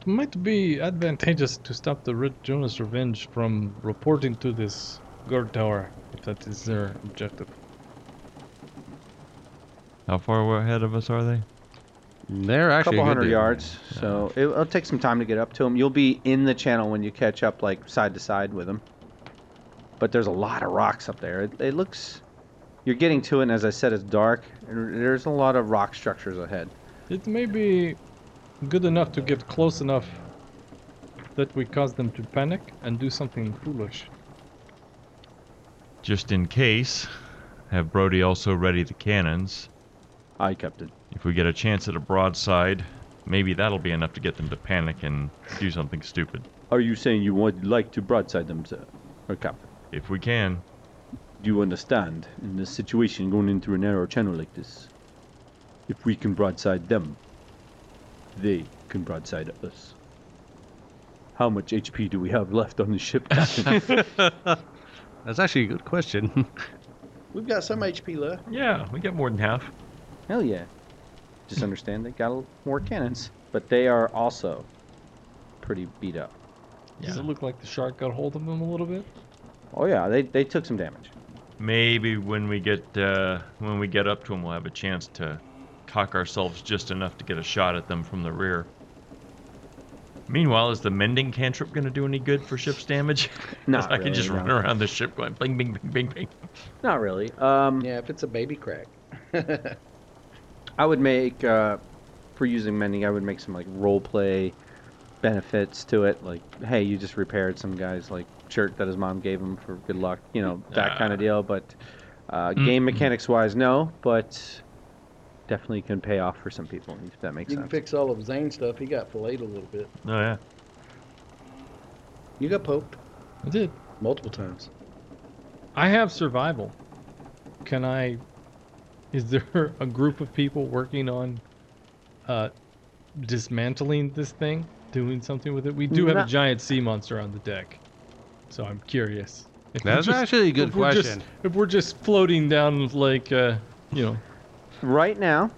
E: it might be advantageous to stop the Red Jonas Revenge from reporting to this guard tower, if that is their objective.
C: How far ahead of us are they?
A: They're actually
B: couple
A: a good
B: hundred
A: deal.
B: yards. So it, will take some time to get up to them. You'll be in the channel when you catch up, like side to side with them. But there's a lot of rocks up there. It, it looks. You're getting to it, and as I said, it's dark. and There's a lot of rock structures ahead.
E: It may be good enough to get close enough that we cause them to panic and do something foolish.
C: Just in case, have Brody also ready the cannons.
B: Aye, Captain.
C: If we get a chance at a broadside, maybe that'll be enough to get them to panic and do something stupid.
B: Are you saying you would like to broadside them, sir? Or Captain?
C: If we can.
B: Do you understand in this situation going into a narrow channel like this? If we can broadside them, they can broadside us. How much HP do we have left on the ship, Captain?
A: That's actually a good question.
D: We've got some HP left.
C: Yeah, we get more than half.
B: Hell yeah. Just understand they got a l- more cannons, but they are also pretty beat up.
E: Does it look like the shark got hold of them a little bit?
B: Oh yeah, they, they took some damage.
C: Maybe when we get uh, when we get up to them, we'll have a chance to cock ourselves just enough to get a shot at them from the rear. Meanwhile, is the mending cantrip going to do any good for ship's damage? 'Cause
B: Not
C: I can
B: really,
C: just run
B: no.
C: around the ship going bing, bing, bing, bing, bing.
B: Not really. Um,
D: Yeah, if it's a baby crack.
B: I would make uh, for using mending. I would make some like role play benefits to it. Like, hey, you just repaired some guy's like shirt that his mom gave him for good luck. You know that kind of deal. But uh, game mechanics wise, no. But definitely can pay off for some people if that makes
D: You can
B: sense.
D: fix all of Zane's stuff. He got filleted a little bit.
C: Oh yeah.
D: You got poked
E: I did.
D: multiple times.
E: I have survival. Can I? Is there a group of people working on uh, dismantling this thing, doing something with it? We do have a
B: Not-
E: giant sea monster on the deck, so I'm curious. If we're
A: That's
E: just-
A: actually a good
E: if we're just-
A: question.
E: if we're just floating down like, uh, you know,
B: Right now,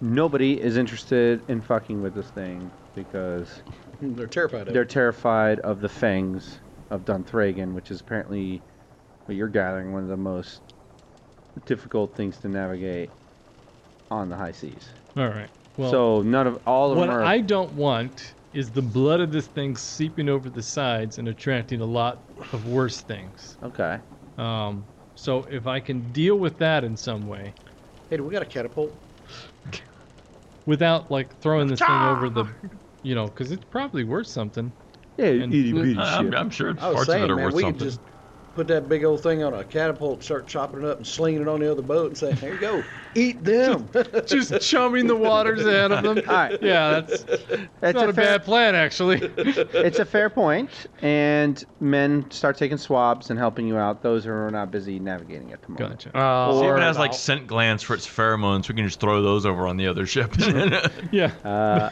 B: nobody is interested in fucking with this thing because
D: They're terrified of
B: They're
D: it.
B: terrified of the fangs of Dunthragan, which is apparently what you're gathering one of the most difficult things to navigate on the high seas.
E: all right. Well,
B: so none of all of
E: what
B: them are
E: I don't want is the blood of this thing seeping over the sides and attracting a lot of worse things.
B: okay.
E: Um, so if I can deal with that in some way
D: Hey, do we got a catapult?
E: without like throwing this thing over the, you know, because it's probably worth something.
B: Yeah,
E: And- itty bitty
C: I- I'm, I'm sure
D: I was
C: parts
D: saying,
C: of it are
D: man,
C: worth
D: we could
C: something.
D: just put that big old thing on a catapult, and start chopping it up and slinging it on the other boat, and say, "There you go, eat them."
E: Just chumming the waters out of them.
B: All right.
E: Yeah, that's
B: It's
E: not
B: a,
E: a
B: fair,
E: bad plan actually.
B: it's a fair point, and men start taking swabs and helping you out. Those who are not busy navigating at the moment.
E: Gotcha.
C: See if
A: or
C: it has like scent glands for its pheromones. We can just throw those over on the other ship.
E: Yeah.
B: Uh,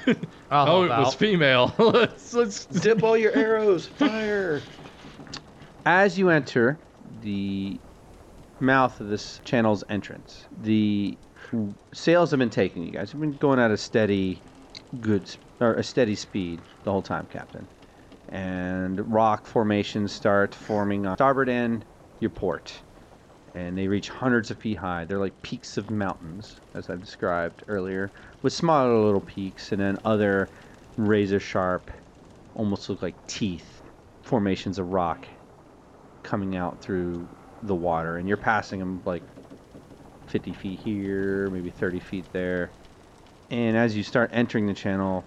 A: I'll
E: Oh, it
A: help
E: was
A: out.
E: female. let's let's.
D: Dip all your arrows, fire.
B: as you enter the mouth of this channel's entrance, the sails have been taking you guys. You've been going at a steady, good s- or a steady speed the whole time, Captain. And rock formations start forming on starboard end, your port, and they reach hundreds of feet high. They're like peaks of mountains, as I've described earlier, with smaller little peaks and then other razor sharp, almost look like teeth formations of rock coming out through the water, and you're passing them like 50 feet here, maybe 30 feet there. And as you start entering the channel,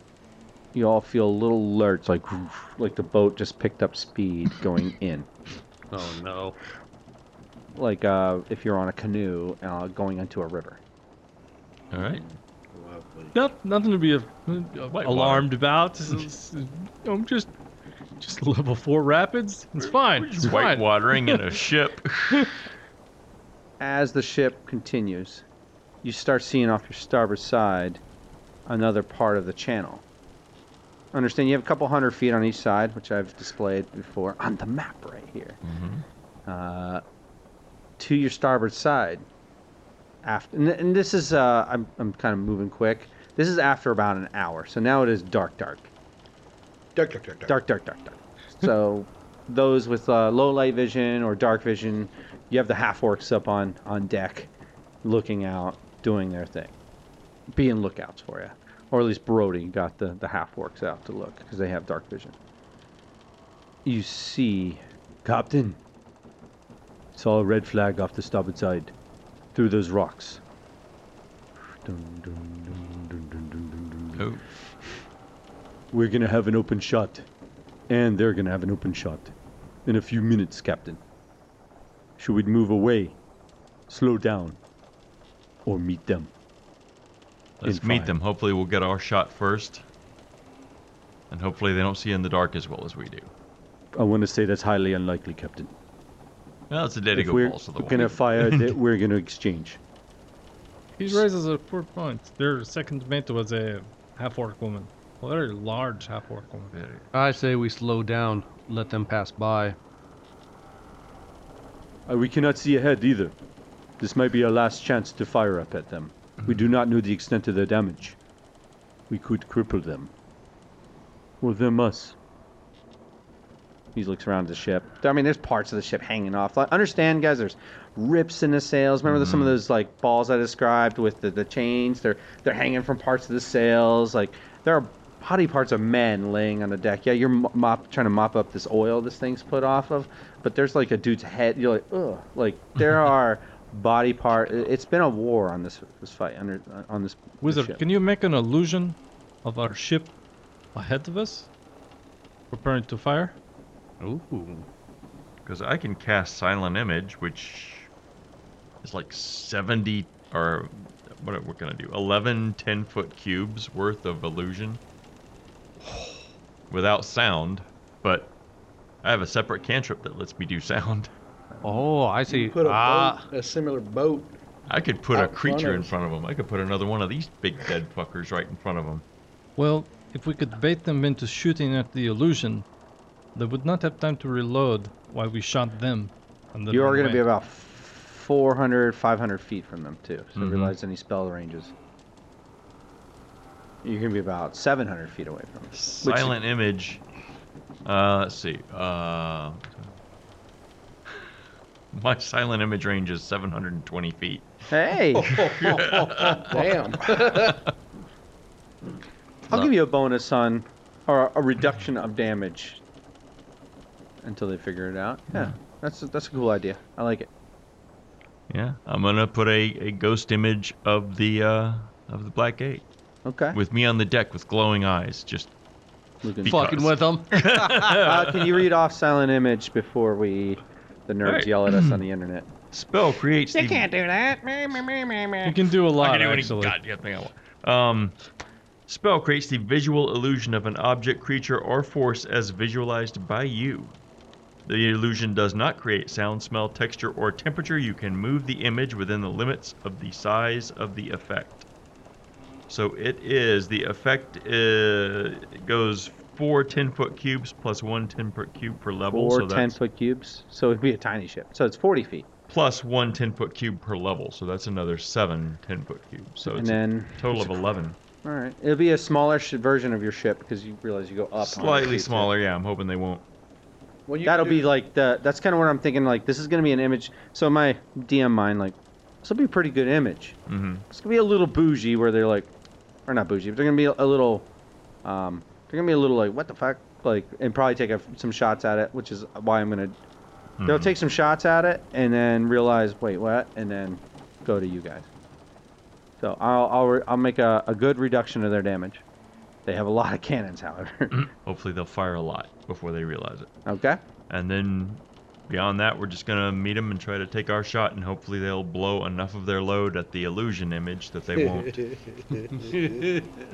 B: you all feel a little lurch, like like the boat just picked up speed going in,
A: Oh no.
B: like uh, if you're on a canoe uh, going into a river.
C: All right.
E: Not, nothing to be a,
C: Whitewater.
E: alarmed about. This is- I'm just, just level four rapids. It's fine.
C: We're
E: It's
C: just
E: fine.
C: whitewatering in a ship.
B: as the ship continues, you start seeing off your starboard side another part of the channel. Understand you have a couple hundred feet on each side, which I've displayed before on the map
C: Mm-hmm.
B: right here. Uh, to your starboard side, after, and, and this is uh, I'm I'm kind of moving quick. This is after about an hour, so now it is dark, dark,
D: Dark, dark, dark, dark.
B: dark, dark, dark, dark. so those with uh, low light vision or dark vision, you have the half orcs up on on deck, looking out, doing their thing, being lookouts for you, or at least Brody got the the half orcs out to look because they have dark vision. You see, Captain. Saw a red flag off the starboard side, through those rocks. Dun, dun, dun, dun, dun, dun, dun, dun.
C: Oh,
B: We're gonna have an open shot, and they're gonna have an open shot in a few minutes, Captain. Should we move away, slow down, or meet them?
C: let's
B: In
C: meet
B: five.
C: them. Hopefully, we'll get our shot first, and hopefully, they don't see in the dark as well as we do.
B: I want to say that's highly unlikely, Captain.
C: Well, it's a dead
B: if
C: eagle
B: we're
C: falls to the
B: gonna
C: wall.
B: fire, that we're gonna exchange.
E: He raises a poor point. Their second mate was a half orc woman. A very large half orc woman.
C: Very-
A: I say we slow down, let them pass by.
B: Uh, we cannot see ahead either. This might be our last chance to fire up at them. We do not know the extent of their damage. We could cripple them. Or them us. He looks around the ship. I mean, there's parts of the ship hanging off. Like, understand, guys, there's rips in the sails. Remember the- some of those like balls I described with the, the chains? They're they're hanging from parts of the sails. Like there are body parts of men laying on the deck. Yeah, you're mo- mop trying to mop up this oil this thing's put off of, but there's like a dude's head. You're like, ugh. Like there are body part. it- It's been a war on this this fight under on this this
E: Wizard,
B: ship.
E: can you make an illusion of our ship ahead of us? Preparing to fire?
A: Ooh.
C: Because I can cast Silent Image, which is like 70 or what, what can I do? 11 10 foot cubes worth of illusion without sound, but I have a separate cantrip that lets me do sound.
A: Oh, I see.
D: You put a,
A: ah,
D: boat, a similar boat.
C: I could put a
D: Out front
C: creature
D: of
C: in
D: us.
C: front of them. I could put another one of these big dead fuckers right in front of them.
E: Well, if we could bait them into shooting at the illusion, they would not have time to reload while we shot them. and then
B: You are
E: run
B: going to be
E: away.
B: about 400, 500 feet from them, too. So
C: Mhm.
B: realize any spell ranges. You're going to be about 700 feet away from them.
C: Silent Image. Uh, let's see. Uh, my Silent Image range is 720 feet.
B: Hey!
C: Oh,
D: Damn.
B: I'll
C: No.
B: give you a bonus on, or a reduction of damage until they figure it out. Yeah,
C: Mm-hmm.
B: that's, a, that's a cool idea. I like it.
C: Yeah, I'm gonna put a, a ghost image of the uh, of the Black Gate
B: Okay.
C: with me on the deck with glowing eyes. Just
B: Looking-
C: Because-
A: fucking with them.
B: uh, can you read off silent image before we, the nerds
C: Alright.
B: yell at us on the internet?
C: spell creates.
F: You
C: the,
F: can't do that. Meh, meh, meh, meh, meh.
E: You can do a lot,
C: I can do any
E: actually.
C: goddamn thing I want. Um, spell creates the visual illusion of an object, creature, or force as visualized by you. The illusion does not create sound, smell, texture, or temperature. You can move the image within the limits of the size of the effect. So it is the effect uh, it goes four 10 foot cubes plus one 10 foot cube per level.
B: Four
C: so
B: 10
C: that's
B: foot cubes. So it'd be a tiny ship. So it's 40 feet.
C: plus one 10 foot cube per level. So that's another seven 10 foot cubes. So
B: and
C: it's a
B: then.
C: total of 11.
B: All right. It'll be a smaller sh- version of your ship because you realize you go up. on it,
C: Slightly
B: too, so-
C: smaller, yeah. I'm hoping they won't.
D: Well, you
B: That'll
D: can do-
B: be like the. That's kind of what I'm thinking. Like this is gonna be an image. So my DM mind, like, this will be a pretty good image.
C: hmm
B: It's gonna be a little bougie where they're like, or not bougie, but they're gonna be a little. Um, they're gonna be a little like, what the fuck, like, and probably take a, some shots at it, which is why I'm gonna. They'll take some shots at it and then realize, wait, what, and then go to you guys. So I'll I'll, re- I'll make a, a good reduction of their damage. They have a lot of cannons, however.
C: Hopefully, they'll fire a lot before they realize it.
B: okay.
C: And then beyond that, we're just gonna meet them and try to take our shot, and hopefully, they'll blow enough of their load at the illusion image that they won't.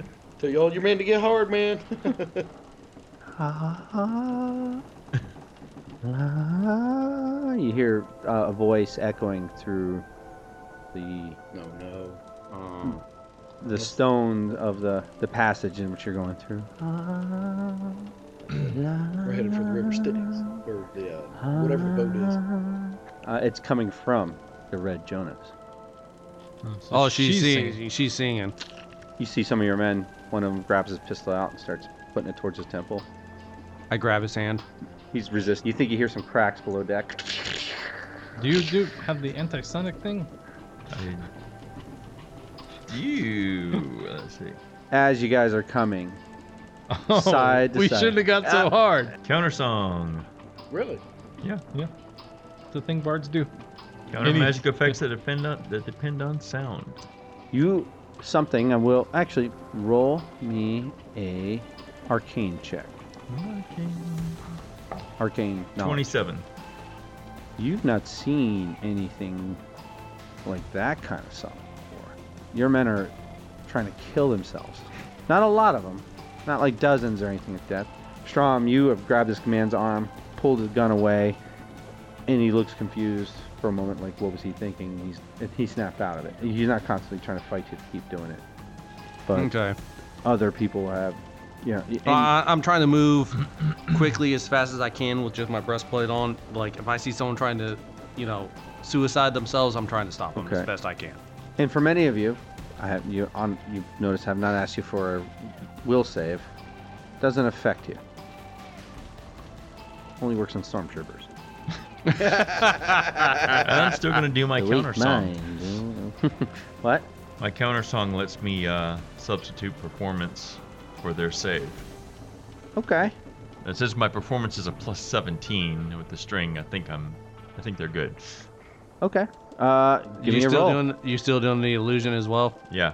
D: Tell you all your men to get hard, man.
B: Ah, ah, you hear uh, a voice echoing through the
D: no, no.
B: the stone of the, the passage in which you're going through. Ah,
D: We're headed for the River Styx, or the
B: Ah.
D: uh, whatever the boat is.
B: Uh, it's coming from the Red Jonas.
A: Oh, she's,
E: she's
A: singing.
E: singing.
A: She's singing.
B: You see some of your men. One of them grabs his pistol out and starts putting it towards his temple.
A: I grab his hand.
B: He's resisting. You think you hear some cracks below deck.
E: Do you do have the anti-sonic thing?
C: I- you. Let's see.
B: As you guys are coming,
E: Oh,
B: Side to
E: we
B: side.
E: shouldn't have got so hard.
C: Counter song.
D: Really?
C: Yeah.
E: Yeah, it's a thing bards do.
C: Counter
E: Any-
C: magic effects that depend on that depend on sound.
B: you something. I will actually roll me a arcane check. Arcane. No.
C: Twenty-seven.
B: You've not seen anything like that kind of stuff before. Your men are trying to kill themselves. Not a lot of them, not like dozens or anything like that. Strom, you have grabbed this command's arm, pulled his gun away, and he looks confused for a moment. Like, what was he thinking? He's and he snapped out of it. He's not constantly trying to fight you to keep doing it, but
A: Okay.
B: other people have. Yeah, and
A: Uh, I'm trying to move quickly as fast as I can with just my breastplate on. Like if I see someone trying to, you know, suicide themselves, I'm trying to stop them
B: Okay.
A: as best I can.
B: And for many of you, I have you on. You notice I have not asked you for a will save. Doesn't affect you. Only works on stormtroopers.
C: And I'm still gonna do my
B: Delete
C: counter song.
B: mine. what?
C: My counter song lets me uh, substitute performance for their save.
B: Okay.
C: It says my performance is a plus 17 with the string. I think I'm, I think they're good.
B: Okay. Uh, give me
A: you
B: a
A: still
B: roll.
A: doing you still doing the illusion as well?
C: Yeah.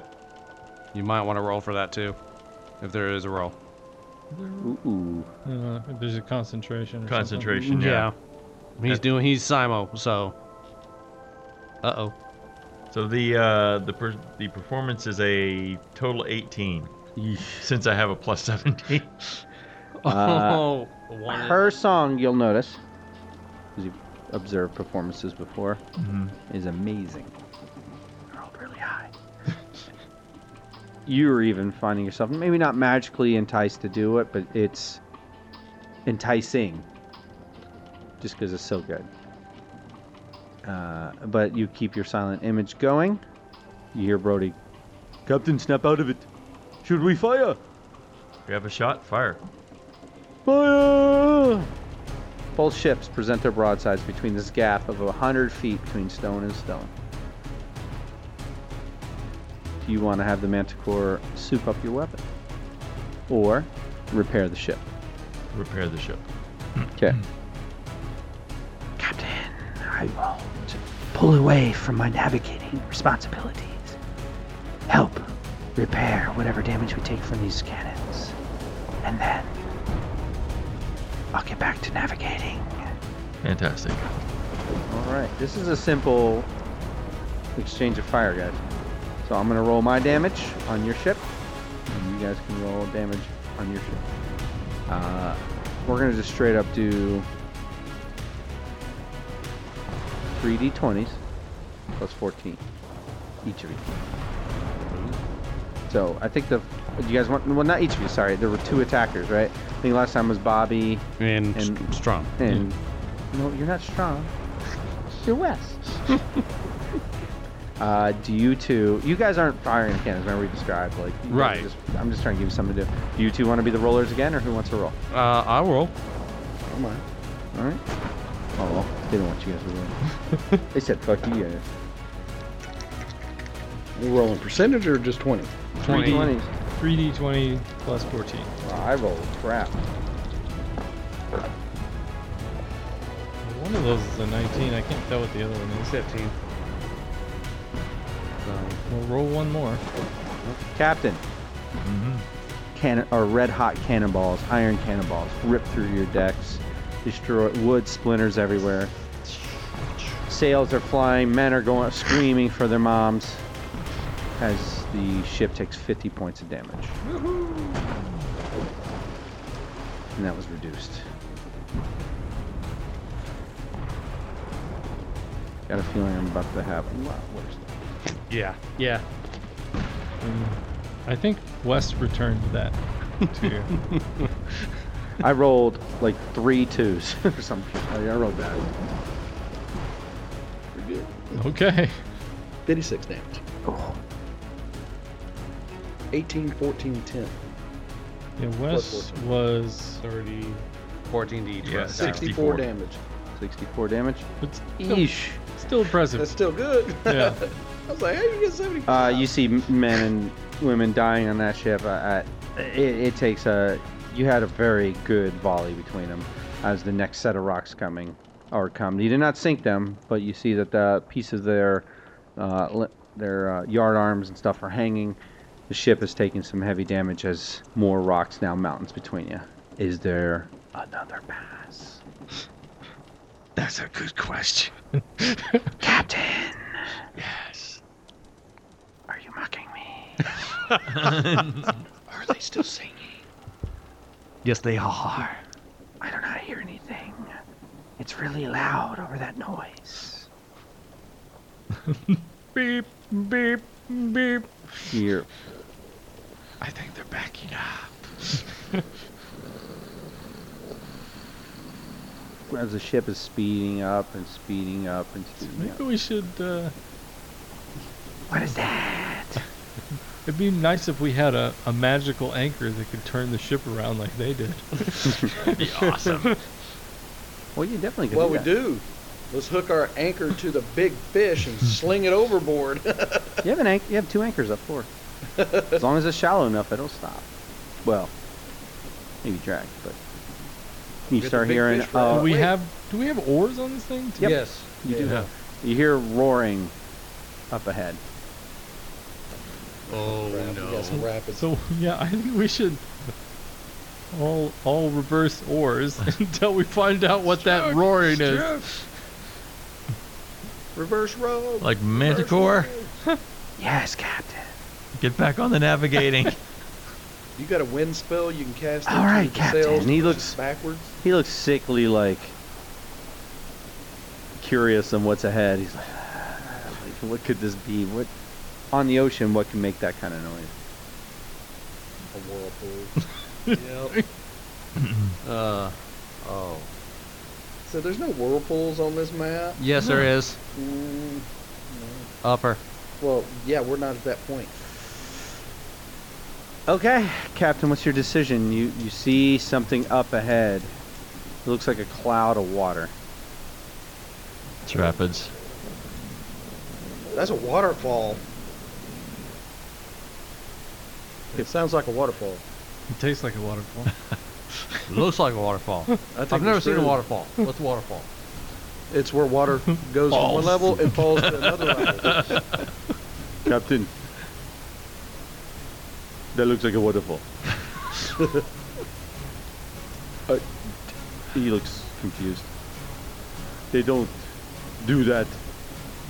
A: You might want to roll for that too, if there is a roll.
B: Ooh.
E: Uh, if there's a concentration. Or
B: Mm,
C: Concentration. Yeah.
A: He's
B: Uh,
C: Yeah.
A: doing he's Simo, so. Uh oh.
C: So the uh, the per- the performance is a total 18 since I have a plus 17.
A: Oh,
B: Uh,
A: one is-
B: Her song, you'll notice, as you've observed performances before,
C: Mhm.
B: is amazing. Rolled really high. You're even finding yourself maybe not magically enticed to do it, but it's enticing, just because it's so good. Uh, but you keep your silent image going. You hear Brody, Captain, snap out of it. Should we fire?
C: We have a shot. Fire.
B: Fire! Both ships present their broadsides between this gap of a hundred feet between stone and stone. Do you want to have the Manticore soup up your weapon? Or repair the ship?
C: Repair the ship.
B: Okay. Captain, I won't pull away from my navigating responsibilities. Help repair whatever damage we take from these cannons. And then I'll get back to navigating.
C: Fantastic.
B: All right. This is a simple exchange of fire, guys. So I'm going to roll my damage on your ship, and you guys can roll damage on your ship. Uh, we're going to just straight up do 3d20s plus 14 each of you. So I think the you guys want well not each of you sorry there were two attackers right I think last time was Bobby
A: and,
B: and-
A: strong.
B: and no, you're not strong. You're West. uh, do you two? You guys aren't firing cannons. Remember we described like you guys
A: Right.
B: Just, I'm just trying to give you something to do. Do you two want to be the rollers again, or who wants to roll?
A: Uh, I'll roll.
D: Oh my.
B: All right. Oh, well, they don't want you guys to roll. they said fuck you guys.
D: We're rolling percentage or just 20?
E: 3D,
B: 20s.
E: 3D 20 plus 14.
B: Wow, I rolled crap.
E: One of those is a 19. I can't tell what the other one is. 15. So we'll roll one more.
B: Captain,
C: hmm
B: cannon or red hot cannonballs, iron cannonballs, rip through your decks, destroy wood splinters everywhere. Sails are flying, men are going screaming for their moms as the ship takes 50 points of damage. And that was reduced. Got a feeling I'm about to have a lot worse.
A: Yeah. Yeah.
E: I think West returned that to you.
B: I rolled like three twos or Oh, something. I I rolled bad.
D: Pretty good.
E: Okay.
D: 56 damage. 18, 14, 10.
E: Yeah, Wes was 30.
A: 14 to each.
C: Yeah,
A: right?
C: 64.
D: 64 damage.
B: 64 damage.
E: But still,
B: Eesh.
E: still
D: That's
E: impressive.
D: still good.
E: Yeah.
D: I was like, how you get 70?
B: Uh, you see men and women dying on that ship. Uh, uh, it, it takes a. You had a very good volley between them as the next set of rocks coming or come. You did not sink them, but you see that the pieces of their uh, li- their uh, yard arms and stuff are hanging. The ship is taking some heavy damage as more rocks now mountains between you. Is there another pass?
C: That's a good question.
B: Captain,
C: Yes.
B: are you mocking me?
D: Are they still singing?
C: yes, they are.
B: I do not hear anything. It's really loud over that noise.
C: Beep, beep, beep.
B: Here.
C: I think they're backing up.
B: As the ship is speeding up and speeding up and speeding
E: Maybe
B: up.
E: we should. Uh,
B: What is that?
E: it'd be nice if we had a, a magical anchor that could turn the ship around like they did.
C: That'd be awesome.
B: Well, you definitely could
D: Well,
B: do
D: we
B: that.
D: do. Let's hook our anchor to the big fish and sling it overboard.
B: You have, an anch- you have two anchors up floor. as long as it's shallow enough, it'll stop. Well, maybe drag, but you
D: Get the
B: start
D: big
B: hearing.
D: fish
B: Uh,
E: do we
D: wait.
E: have? Do we have oars on this thing?
B: Yep.
A: Yes.
B: you, do,
D: Yeah.
B: you hear roaring up ahead.
A: Oh
D: Crap, we got some rapids.
E: So yeah, I think we should all all reverse oars until we find out what that roaring is.
D: Reverse roll.
C: like Manticore,
B: Yes, Captain.
C: get back on the navigating.
D: You got a wind spell you can cast.
B: All
D: into
B: right,
D: the
B: Captain.
D: sails,
B: He
D: which
B: looks-
D: is backwards.
B: He looks sickly, like curious on what's ahead. He's like, like, what could this be? What on the ocean? What can make that kind of noise?
D: A whirlpool. yep.
A: Uh, oh.
D: So there's no whirlpools on this map.
A: Yes, there is.
D: Mm,
A: Upper.
D: well, yeah, we're not at that point.
B: Okay, Captain, what's your decision? You you see something up ahead. It looks like a cloud of water.
C: it's rapids.
D: That's a waterfall. It sounds like a waterfall.
E: It tastes like a waterfall.
A: Looks like a waterfall.
D: I think
A: I've never
D: it's
A: seen a
D: true.
A: waterfall. What's a waterfall?
D: It's where water goes from one
E: Falls.
D: level and falls to another level.
B: Captain, that looks like a waterfall. uh, he looks confused. They don't do that.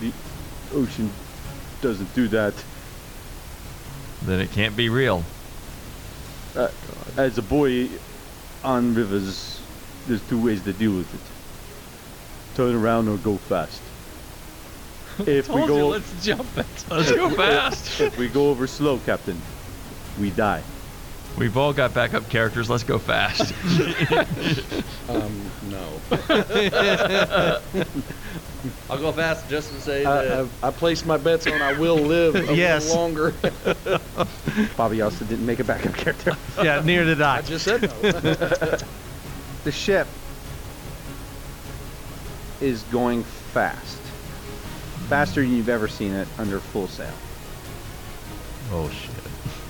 B: The ocean doesn't do that.
C: Then it can't be real.
B: Uh, as a boy on rivers, there's two ways to deal with it turn around or go fast. If we
E: Told you,
B: go,
E: let's jump it.
C: Let's go fast.
B: if we go over slow, Captain, we die.
C: We've all got backup characters. Let's go fast.
D: Um, no.
A: I'll go fast just to say
B: Uh,
D: I, I, I placed my bets on I will live a little
C: Yes.
D: longer.
B: Bobby also didn't make a backup character.
C: yeah, near the
D: I
C: dock.
D: just said no.
B: The ship is going fast. Faster than you've ever seen it under full sail.
C: Oh shit.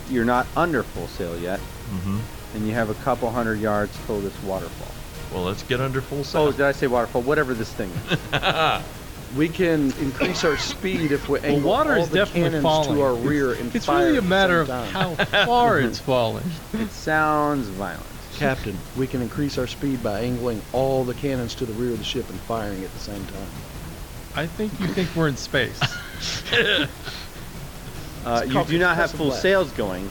B: You're not under full sail yet,
D: Mm-hmm.
C: hmm
B: and you have a couple hundred yards till this waterfall.
C: Well, let's get under full
B: Oh,
C: sail.
B: did I say waterfall? Whatever this thing is.
D: we can increase our speed if we
E: The
D: angle
E: water
D: all
E: is
D: the
E: definitely
D: cannons
E: falling.
D: to our rear
E: it's,
D: and
E: it's
D: fire
E: really a
D: at the
E: matter of
D: same time.
E: how far it's falling.
B: it sounds violent.
D: Captain, we can increase our speed by angling all the cannons to the rear of the ship and firing at the same time.
E: I think you think we're in space.
B: Uh,
D: It's
B: you
D: called
B: do not have
D: Castle
B: full
D: Black.
B: sails going,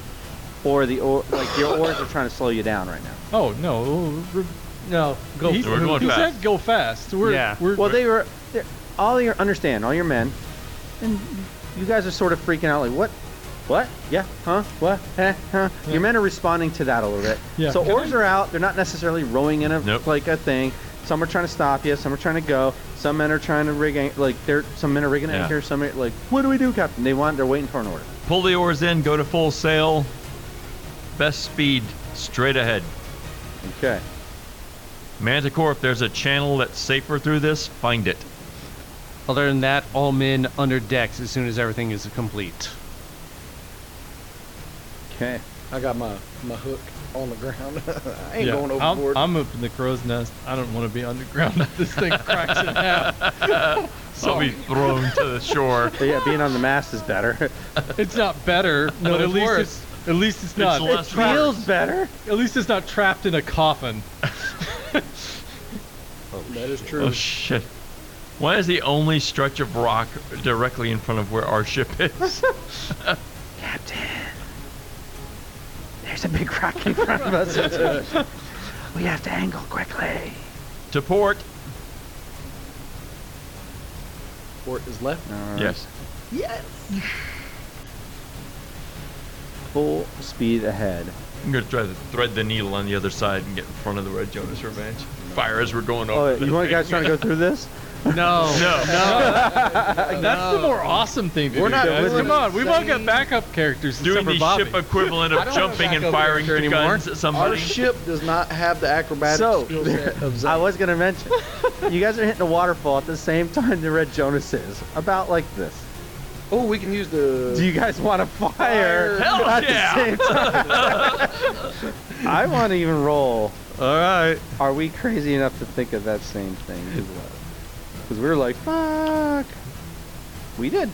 B: or the or, like your oars are trying to slow you down right now.
E: Oh no, we're,
A: no, go.
E: he,
C: We're going
E: he
C: fast.
E: said go fast. We're,
C: Yeah.
E: we're
B: Well, they were they're- all your understand all your men, and you guys are sort of freaking out like what, what, yeah, huh, what, eh, huh.
E: Yeah.
B: Your men are responding to that a little bit.
E: Yeah.
B: So
E: Can
B: oars are out. They're not necessarily rowing in a
C: Nope.
B: like a thing. Some are trying to stop you. Some are trying to go. Some men are trying to rig an- like they're some men are rigging
C: Yeah.
B: anchor. Some are like, what do we do, Captain? They want. They're waiting for an order.
C: Pull the oars in, go to full sail. Best speed, straight ahead.
B: Okay.
C: Manticore, if there's a channel that's safer through this, find it.
A: Other than that, all men under decks as soon as everything is complete.
B: Okay.
D: I got my, my hook on the ground. I ain't
E: Yeah,
D: going
E: I'm-
D: overboard.
E: I'm, up in the crow's nest. I don't want to be underground. if this thing cracks in half.
C: I'll be thrown to the shore.
B: But yeah, being on the mast is better.
E: It's not better, but at
A: it's
E: least
A: worse.
E: it's at least it's not
C: less
B: Feels better.
E: at least it's not trapped in a coffin.
D: That is true.
C: Oh shit. Why is the only stretch of rock directly in front of where our ship is?
B: There's a big rock in front of us. we have to angle quickly.
C: to port.
D: Port is left.
C: Yes.
B: Full speed ahead.
C: I'm gonna try to thread the needle on the other side and get in front of the Red Jonas Revenge. Fire as we're going over.
B: Oh,
C: the
B: you want
C: thing.
B: guys trying to go through this?
A: No.
C: No.
E: That's the more awesome thing to
D: We're
E: do.
D: not
E: guys.
D: doing
E: Come on, we've all got
D: insane-
E: backup characters
C: Doing
E: except
C: the
E: for Bobby.
C: ship equivalent
A: I
C: of
A: don't wanna
C: jumping
A: back
C: and
A: up
C: firing
A: here anymore.
C: guns at
D: Our
C: somebody.
D: ship does not have the acrobatic
B: So-
D: skill set of
B: I
D: Zane.
B: was gonna mention, you guys are hitting a waterfall at the same time the Red Jonas is, about like this.
D: Oh, we can use the.
B: Do you guys want to fire?
D: Fire.
C: Hell
B: at
C: yeah.
B: The same time? I want to even roll.
C: All right.
B: Are we crazy enough to think of that same thing? Because we were like, fuck. We did.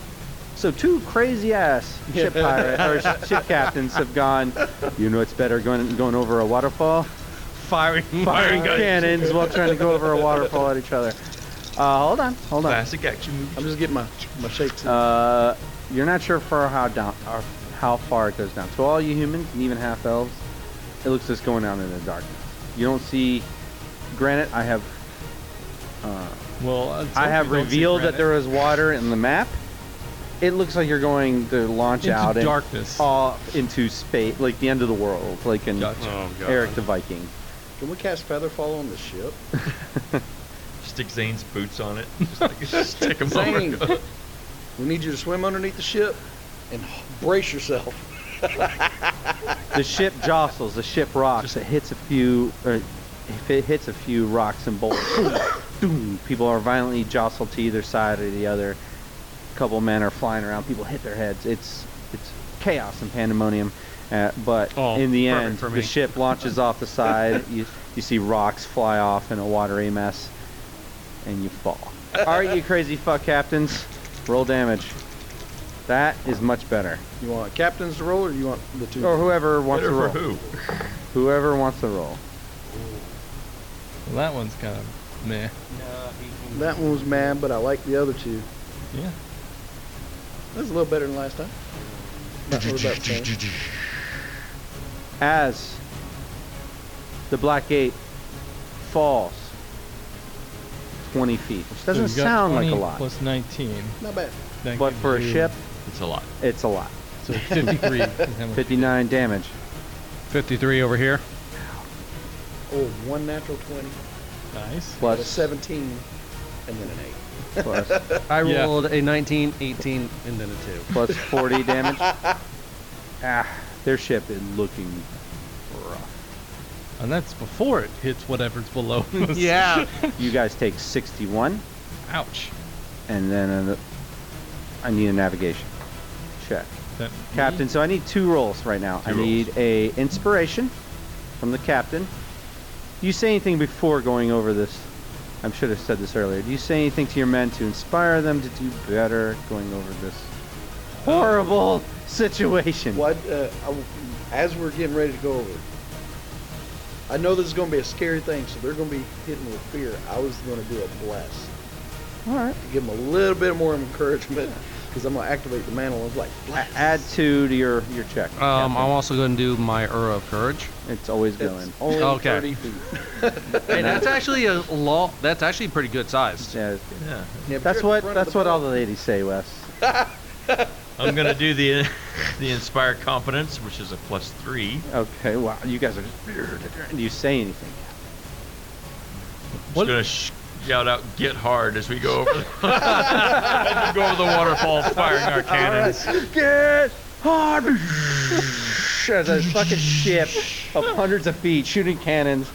B: So two crazy ass ship pirate or sh- ship captains have gone. You know it's better going going over a waterfall.
A: Firing.
B: Firing
C: guns.
B: cannons while trying to go over a waterfall at each other. Uh, hold on, hold on.
C: Classic action movie.
D: I'm just getting my my shakes. in.
B: Uh, you're not sure for how down or how far it goes down. To all you humans and even half elves, it looks just going down in the darkness. You don't see. Granted, I have
E: Well, uh,
B: I have
E: we don't see
B: revealed that
E: granite.
B: there is water in the map. It looks like you're going to launch
E: into
B: out and
E: darkness.
B: off into space, like the end of the world, like in
E: Gotcha.
A: Oh, God.
B: Eric the Viking.
D: Can we cast Featherfall on the ship?
C: Stick Zane's boots on it. Just like, stick 'em
D: Zane,
C: over.
D: we need you to swim underneath the ship and brace yourself.
B: The ship jostles, the ship rocks. It hits a few, or if it hits a few rocks and bolts, boom, people are violently jostled to either side or the other. A couple men are flying around. People hit their heads. It's it's chaos and pandemonium. Uh, but
A: Oh,
B: in the
A: perfect
B: end,
A: for
B: the
A: me.
B: ship launches off the side. You you see rocks fly off in a watery mess, and you fall. All right, you crazy fuck captains, roll damage. That is much better.
D: You want captains to roll, or you want the two?
B: Or whoever wants
C: Better
B: to
C: for
B: roll.
C: who?
B: Whoever wants to roll.
E: Well, that one's kind of meh.
D: That one was mad, but I like the other two.
E: Yeah.
D: That's a little better than last time. Not really about the same.
B: as the black gate falls 20 feet, which doesn't
E: So you got
B: sound like a
E: 20
B: lot,
E: Plus 19.
D: Not bad.
E: That
B: but
E: gives
B: for a
E: you-
B: ship,
C: It's a lot.
B: it's a lot.
E: so 53. is how much-
B: 59 damage.
A: 53 over here.
D: Oh, one natural 20,
E: Nice.
D: but a
B: Plus,
D: 17, and then an 8.
B: plus,
A: I
E: Yeah.
A: rolled a 19, 18, and then a 2.
B: plus 40 damage. Ah, their ship is looking rough.
E: And that's before it hits whatever's below. us.
A: yeah.
B: You guys take 61,
E: Ouch.
B: and then uh, I need a navigation check.
E: That
B: Captain, so I need two rolls right now. I
C: Two rolls.
B: need a inspiration from the captain. Do you say anything before going over this? I should have said this earlier. Do you say anything to your men to inspire them to do better going over this horrible situation?
D: What? Uh, I- as we're getting ready to go over, I know this is going to be a scary thing, so they're going to be hitting with fear. I was going to do a bless
B: All right.
D: to give them a little bit more encouragement because I'm going to activate the mantle. I was like,
B: A-
D: bless.
B: Add two to your your check.
C: Uh,
A: Um, I'm
B: Captain.
A: also going to do my Ura of Courage.
B: it's always going.
D: It's only
A: Okay.
D: 30 feet.
A: Hey, that's actually a law. That's actually pretty good sized.
B: Yeah, it's good.
C: Yeah.
D: Yeah, if
B: that's
D: you're
B: what
D: at the front of
B: that's
D: the
B: what all
D: boat,
B: the ladies say, Wes.
C: I'm gonna do the the inspire confidence, which is a plus three.
B: Okay, wow, you guys are. Do you say anything?
E: What-
C: Just gonna sh- shout out "Get hard" as we go over the, as we go over the waterfall, firing our cannons.
B: Get hard! As a fucking ship of hundreds of feet shooting cannons.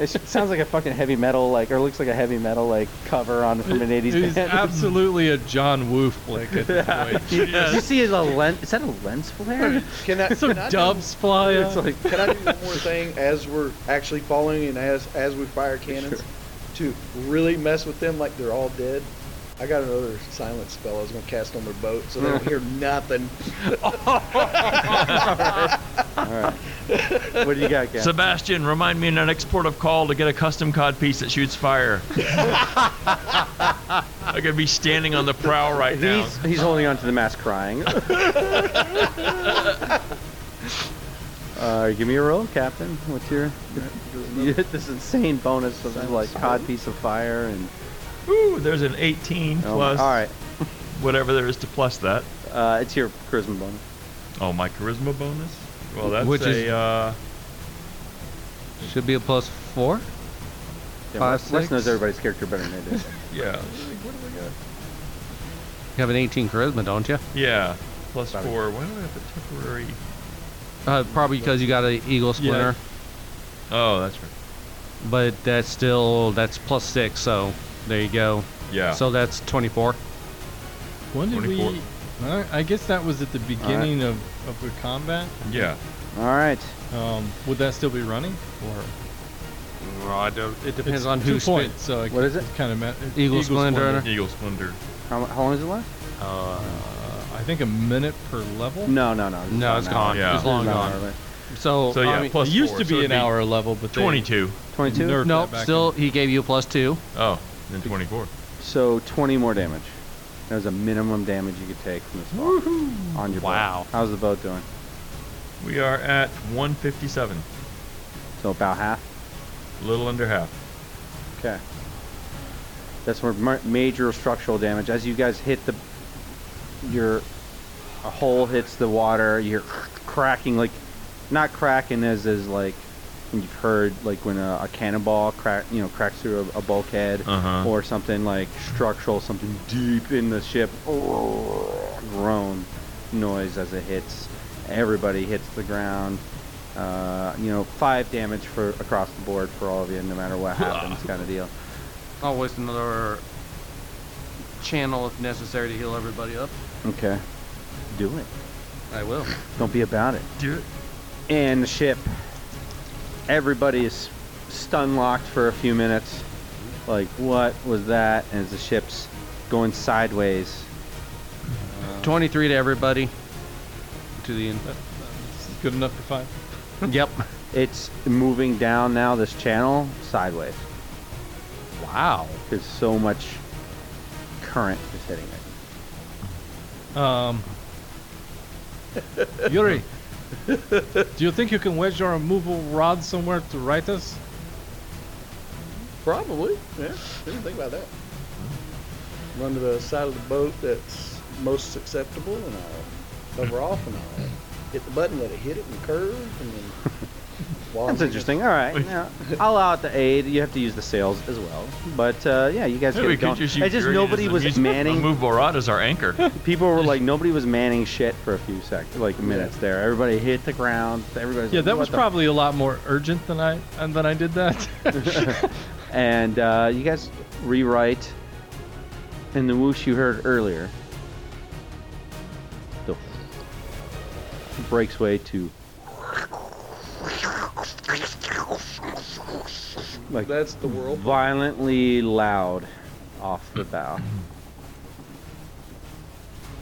B: It sounds like a fucking heavy metal, like, or looks like a heavy metal, like, cover on from an 80s
E: He's
B: band.
E: absolutely a John Woo flick at this point.
B: Did you see the lens? Is that a lens flare?
D: Can I,
E: Some
D: can I do-
E: doves fly
B: It's
E: out.
B: like,
D: Can I do one more thing as we're actually following and as as we fire cannons to really mess with them like they're all dead? I got another silence spell I was gonna cast on their boat so they don't hear nothing.
B: what do you got, guys?
C: Sebastian, remind me in an export of call to get a custom cod piece that shoots fire. I could be standing on the prow right now.
B: He's, he's holding on to the mask crying. uh, give me a roll, Captain. What's your. You hit this insane bonus of like cod piece of fire and.
C: Ooh, there's an 18
B: Oh,
C: plus
B: Alright,
C: whatever there is to plus that.
B: uh, it's your charisma bonus.
C: Oh, my charisma bonus. Well, that's
A: Which
C: a
A: is-
C: uh,
A: Should be a plus four.
B: Yeah,
A: Five,
B: Wes- Wes knows
A: six?
B: everybody's character better than I do.
C: yeah,
A: You have an 18 charisma, don't you?
C: yeah, plus
B: Sorry.
C: four. Why do I have a temporary?
A: Uh, probably because you got an eagle splinter,
C: Oh, that's right.
A: but that's still that's plus six. So there you go.
C: Yeah.
A: So that's 24.
E: When did
C: 24.
E: we? All right, I guess that was at the beginning of, of the combat.
C: yeah.
B: Alright.
E: Um, would that still be running? Or
A: It
E: It's
A: depends on
E: two
A: who spent.
E: points, so I
B: What is it?
E: Kind of ma- it's
A: Eagle Splendor.
C: Eagle Splendor.
B: How, how long is it left?
A: Uh,
E: Uh, I think a minute per level.
B: No, no, no.
A: no, it's gone.
C: Yeah.
A: It's long gone. So,
C: So yeah,
A: I mean,
C: plus
E: it used
C: four,
E: to
C: so
E: be
C: it'd
E: an hour level, but they
C: 22.
B: Twenty-two.
E: nerfed that
A: no,
E: back
A: still he gave you a plus two.
C: Oh, then 24.
B: So twenty more damage. That was a minimum damage you could take from this ball on your
A: Wow.
B: boat. How's the boat doing?
C: We are at 157,
B: So about half.
C: a little under half.
B: Okay. That's more mar- major structural damage. As you guys hit the, your, a hole hits the water. You're cracking like, not cracking as is like, when you've heard like when a, a cannonball crack, you know, cracks through a, a bulkhead.
C: Uh-huh.
B: or something like structural, something deep in the ship. Oh, groan noise as it hits. Everybody hits the ground. Uh, you know, five damage for across the board for all of you, no matter what happens, kind of deal.
A: I'll waste another channel if necessary to heal everybody up.
B: Okay, do it.
A: I will.
B: Don't be about it.
C: Do it.
B: And the ship. Everybody is stun locked for a few minutes. Like, what was that? And as the ship's going sideways.
A: 23 to everybody. To the end.
E: That, that's good enough for five.
A: yep.
B: It's moving down now this channel sideways.
A: Wow.
B: because so much current is hitting it.
E: Um, Yuri, do you think you can wedge our removal rod somewhere to right us?
D: Probably. Yeah. Didn't think about that. Run to the side of the boat that's most acceptable and I'll cover off and I'll hit the button, let it hit it and curve and then while I'm
B: That's
D: in it-
B: interesting. All right, now, I'll allow out the aid. You have to use the sails as well, but uh, yeah, you guys
C: Hey,
B: get
C: we
B: it
C: could
B: going.
C: just use
B: It's just
C: Fury
B: nobody
C: as a
B: was
C: music-
B: manning.
C: Remove Borad as our anchor.
B: People were like nobody was manning shit for a few seconds, like minutes there. Everybody hit the ground. Everybody's
E: Yeah,
B: like,
E: that
B: "What
E: was
B: the
E: probably a lot more urgent than I and then I did that.
B: and uh, you guys rewrite in the whoosh you heard earlier. The breaks way to like
D: That's the world.
B: violently loud off the bow.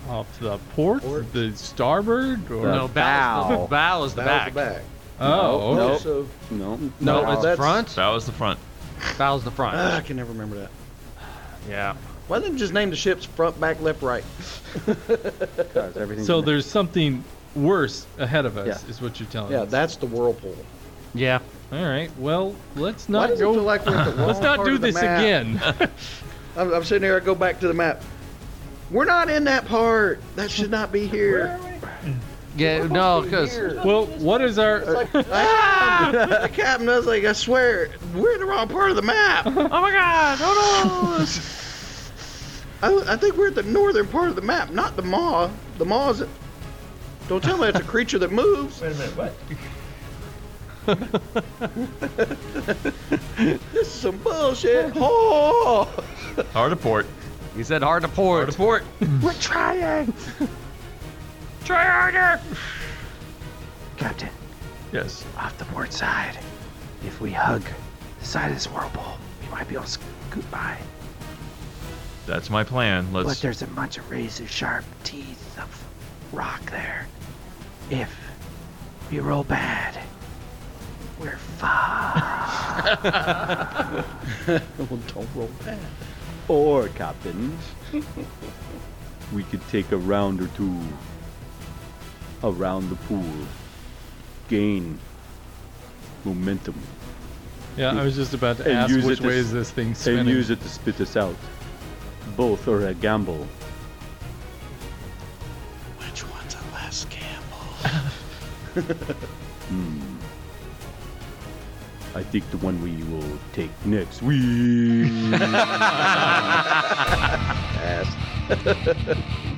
E: Off the port,
D: Port.
E: the starboard, or
B: The
A: no, bow. is
B: bow.
A: the- Bow is the
D: That
A: back.
D: was the back.
E: oh,
B: No,
E: okay.
B: Nope.
D: So,
B: No,
A: No,
D: Bow.
A: it's
D: That's-
A: front.
C: that was the front.
A: Bow's the front.
D: ah, I can never remember that.
A: yeah.
D: Why didn't you just name the ships front, back, left, right?
B: because everything.
E: so there's something worse ahead of us,
B: Yeah.
E: is what you're telling
D: Yeah,
E: us.
D: that's the whirlpool.
A: Yeah.
E: All right. Well, let's
D: Why
E: not
D: does it
E: go.
D: feel like we're at the wrong
E: let's not
D: part
E: do
D: of the
E: this
D: map?
E: again.
D: I'm, I'm sitting here. I go back to the map. We're not in that part. That should not be here.
A: Yeah,
D: We're
E: Oh,
A: no,
D: supposed to be
A: because
D: here.
E: Well, what
D: It's
E: is our?
D: like, ah! the captain, I was like, I swear, we're in the wrong part of the map.
C: Oh my god! Oh no!
D: I, I think we're at the northern part of the map, not the maw. The maw's. Don't tell me it's a creature that moves.
G: Wait a minute, what?
D: This is some bullshit. Oh!
C: Hard to port.
A: he said hard to pour.
C: Hard to port.
B: We're trying,
C: Try harder.
B: Captain.
C: Yes.
B: Off the port side. If we hug the side of this whirlpool, we might be able to scoot by.
C: That's my plan.
B: But
C: Let's.
B: there's a bunch of razor sharp teeth of rock there. If we roll bad, we're fucked.
D: Well, don't roll back.
B: Or, Captain, we could take a round or two around the pool, gain momentum,
E: Yeah, I was just about to
B: And
E: ask
B: use
E: which
B: it to
E: way
B: s-
E: is this thing spinning.
B: it to spit us out. Both are a gamble.
D: Which one's a less gamble?
B: Hmm. I think the one we will take next week.
D: Ass.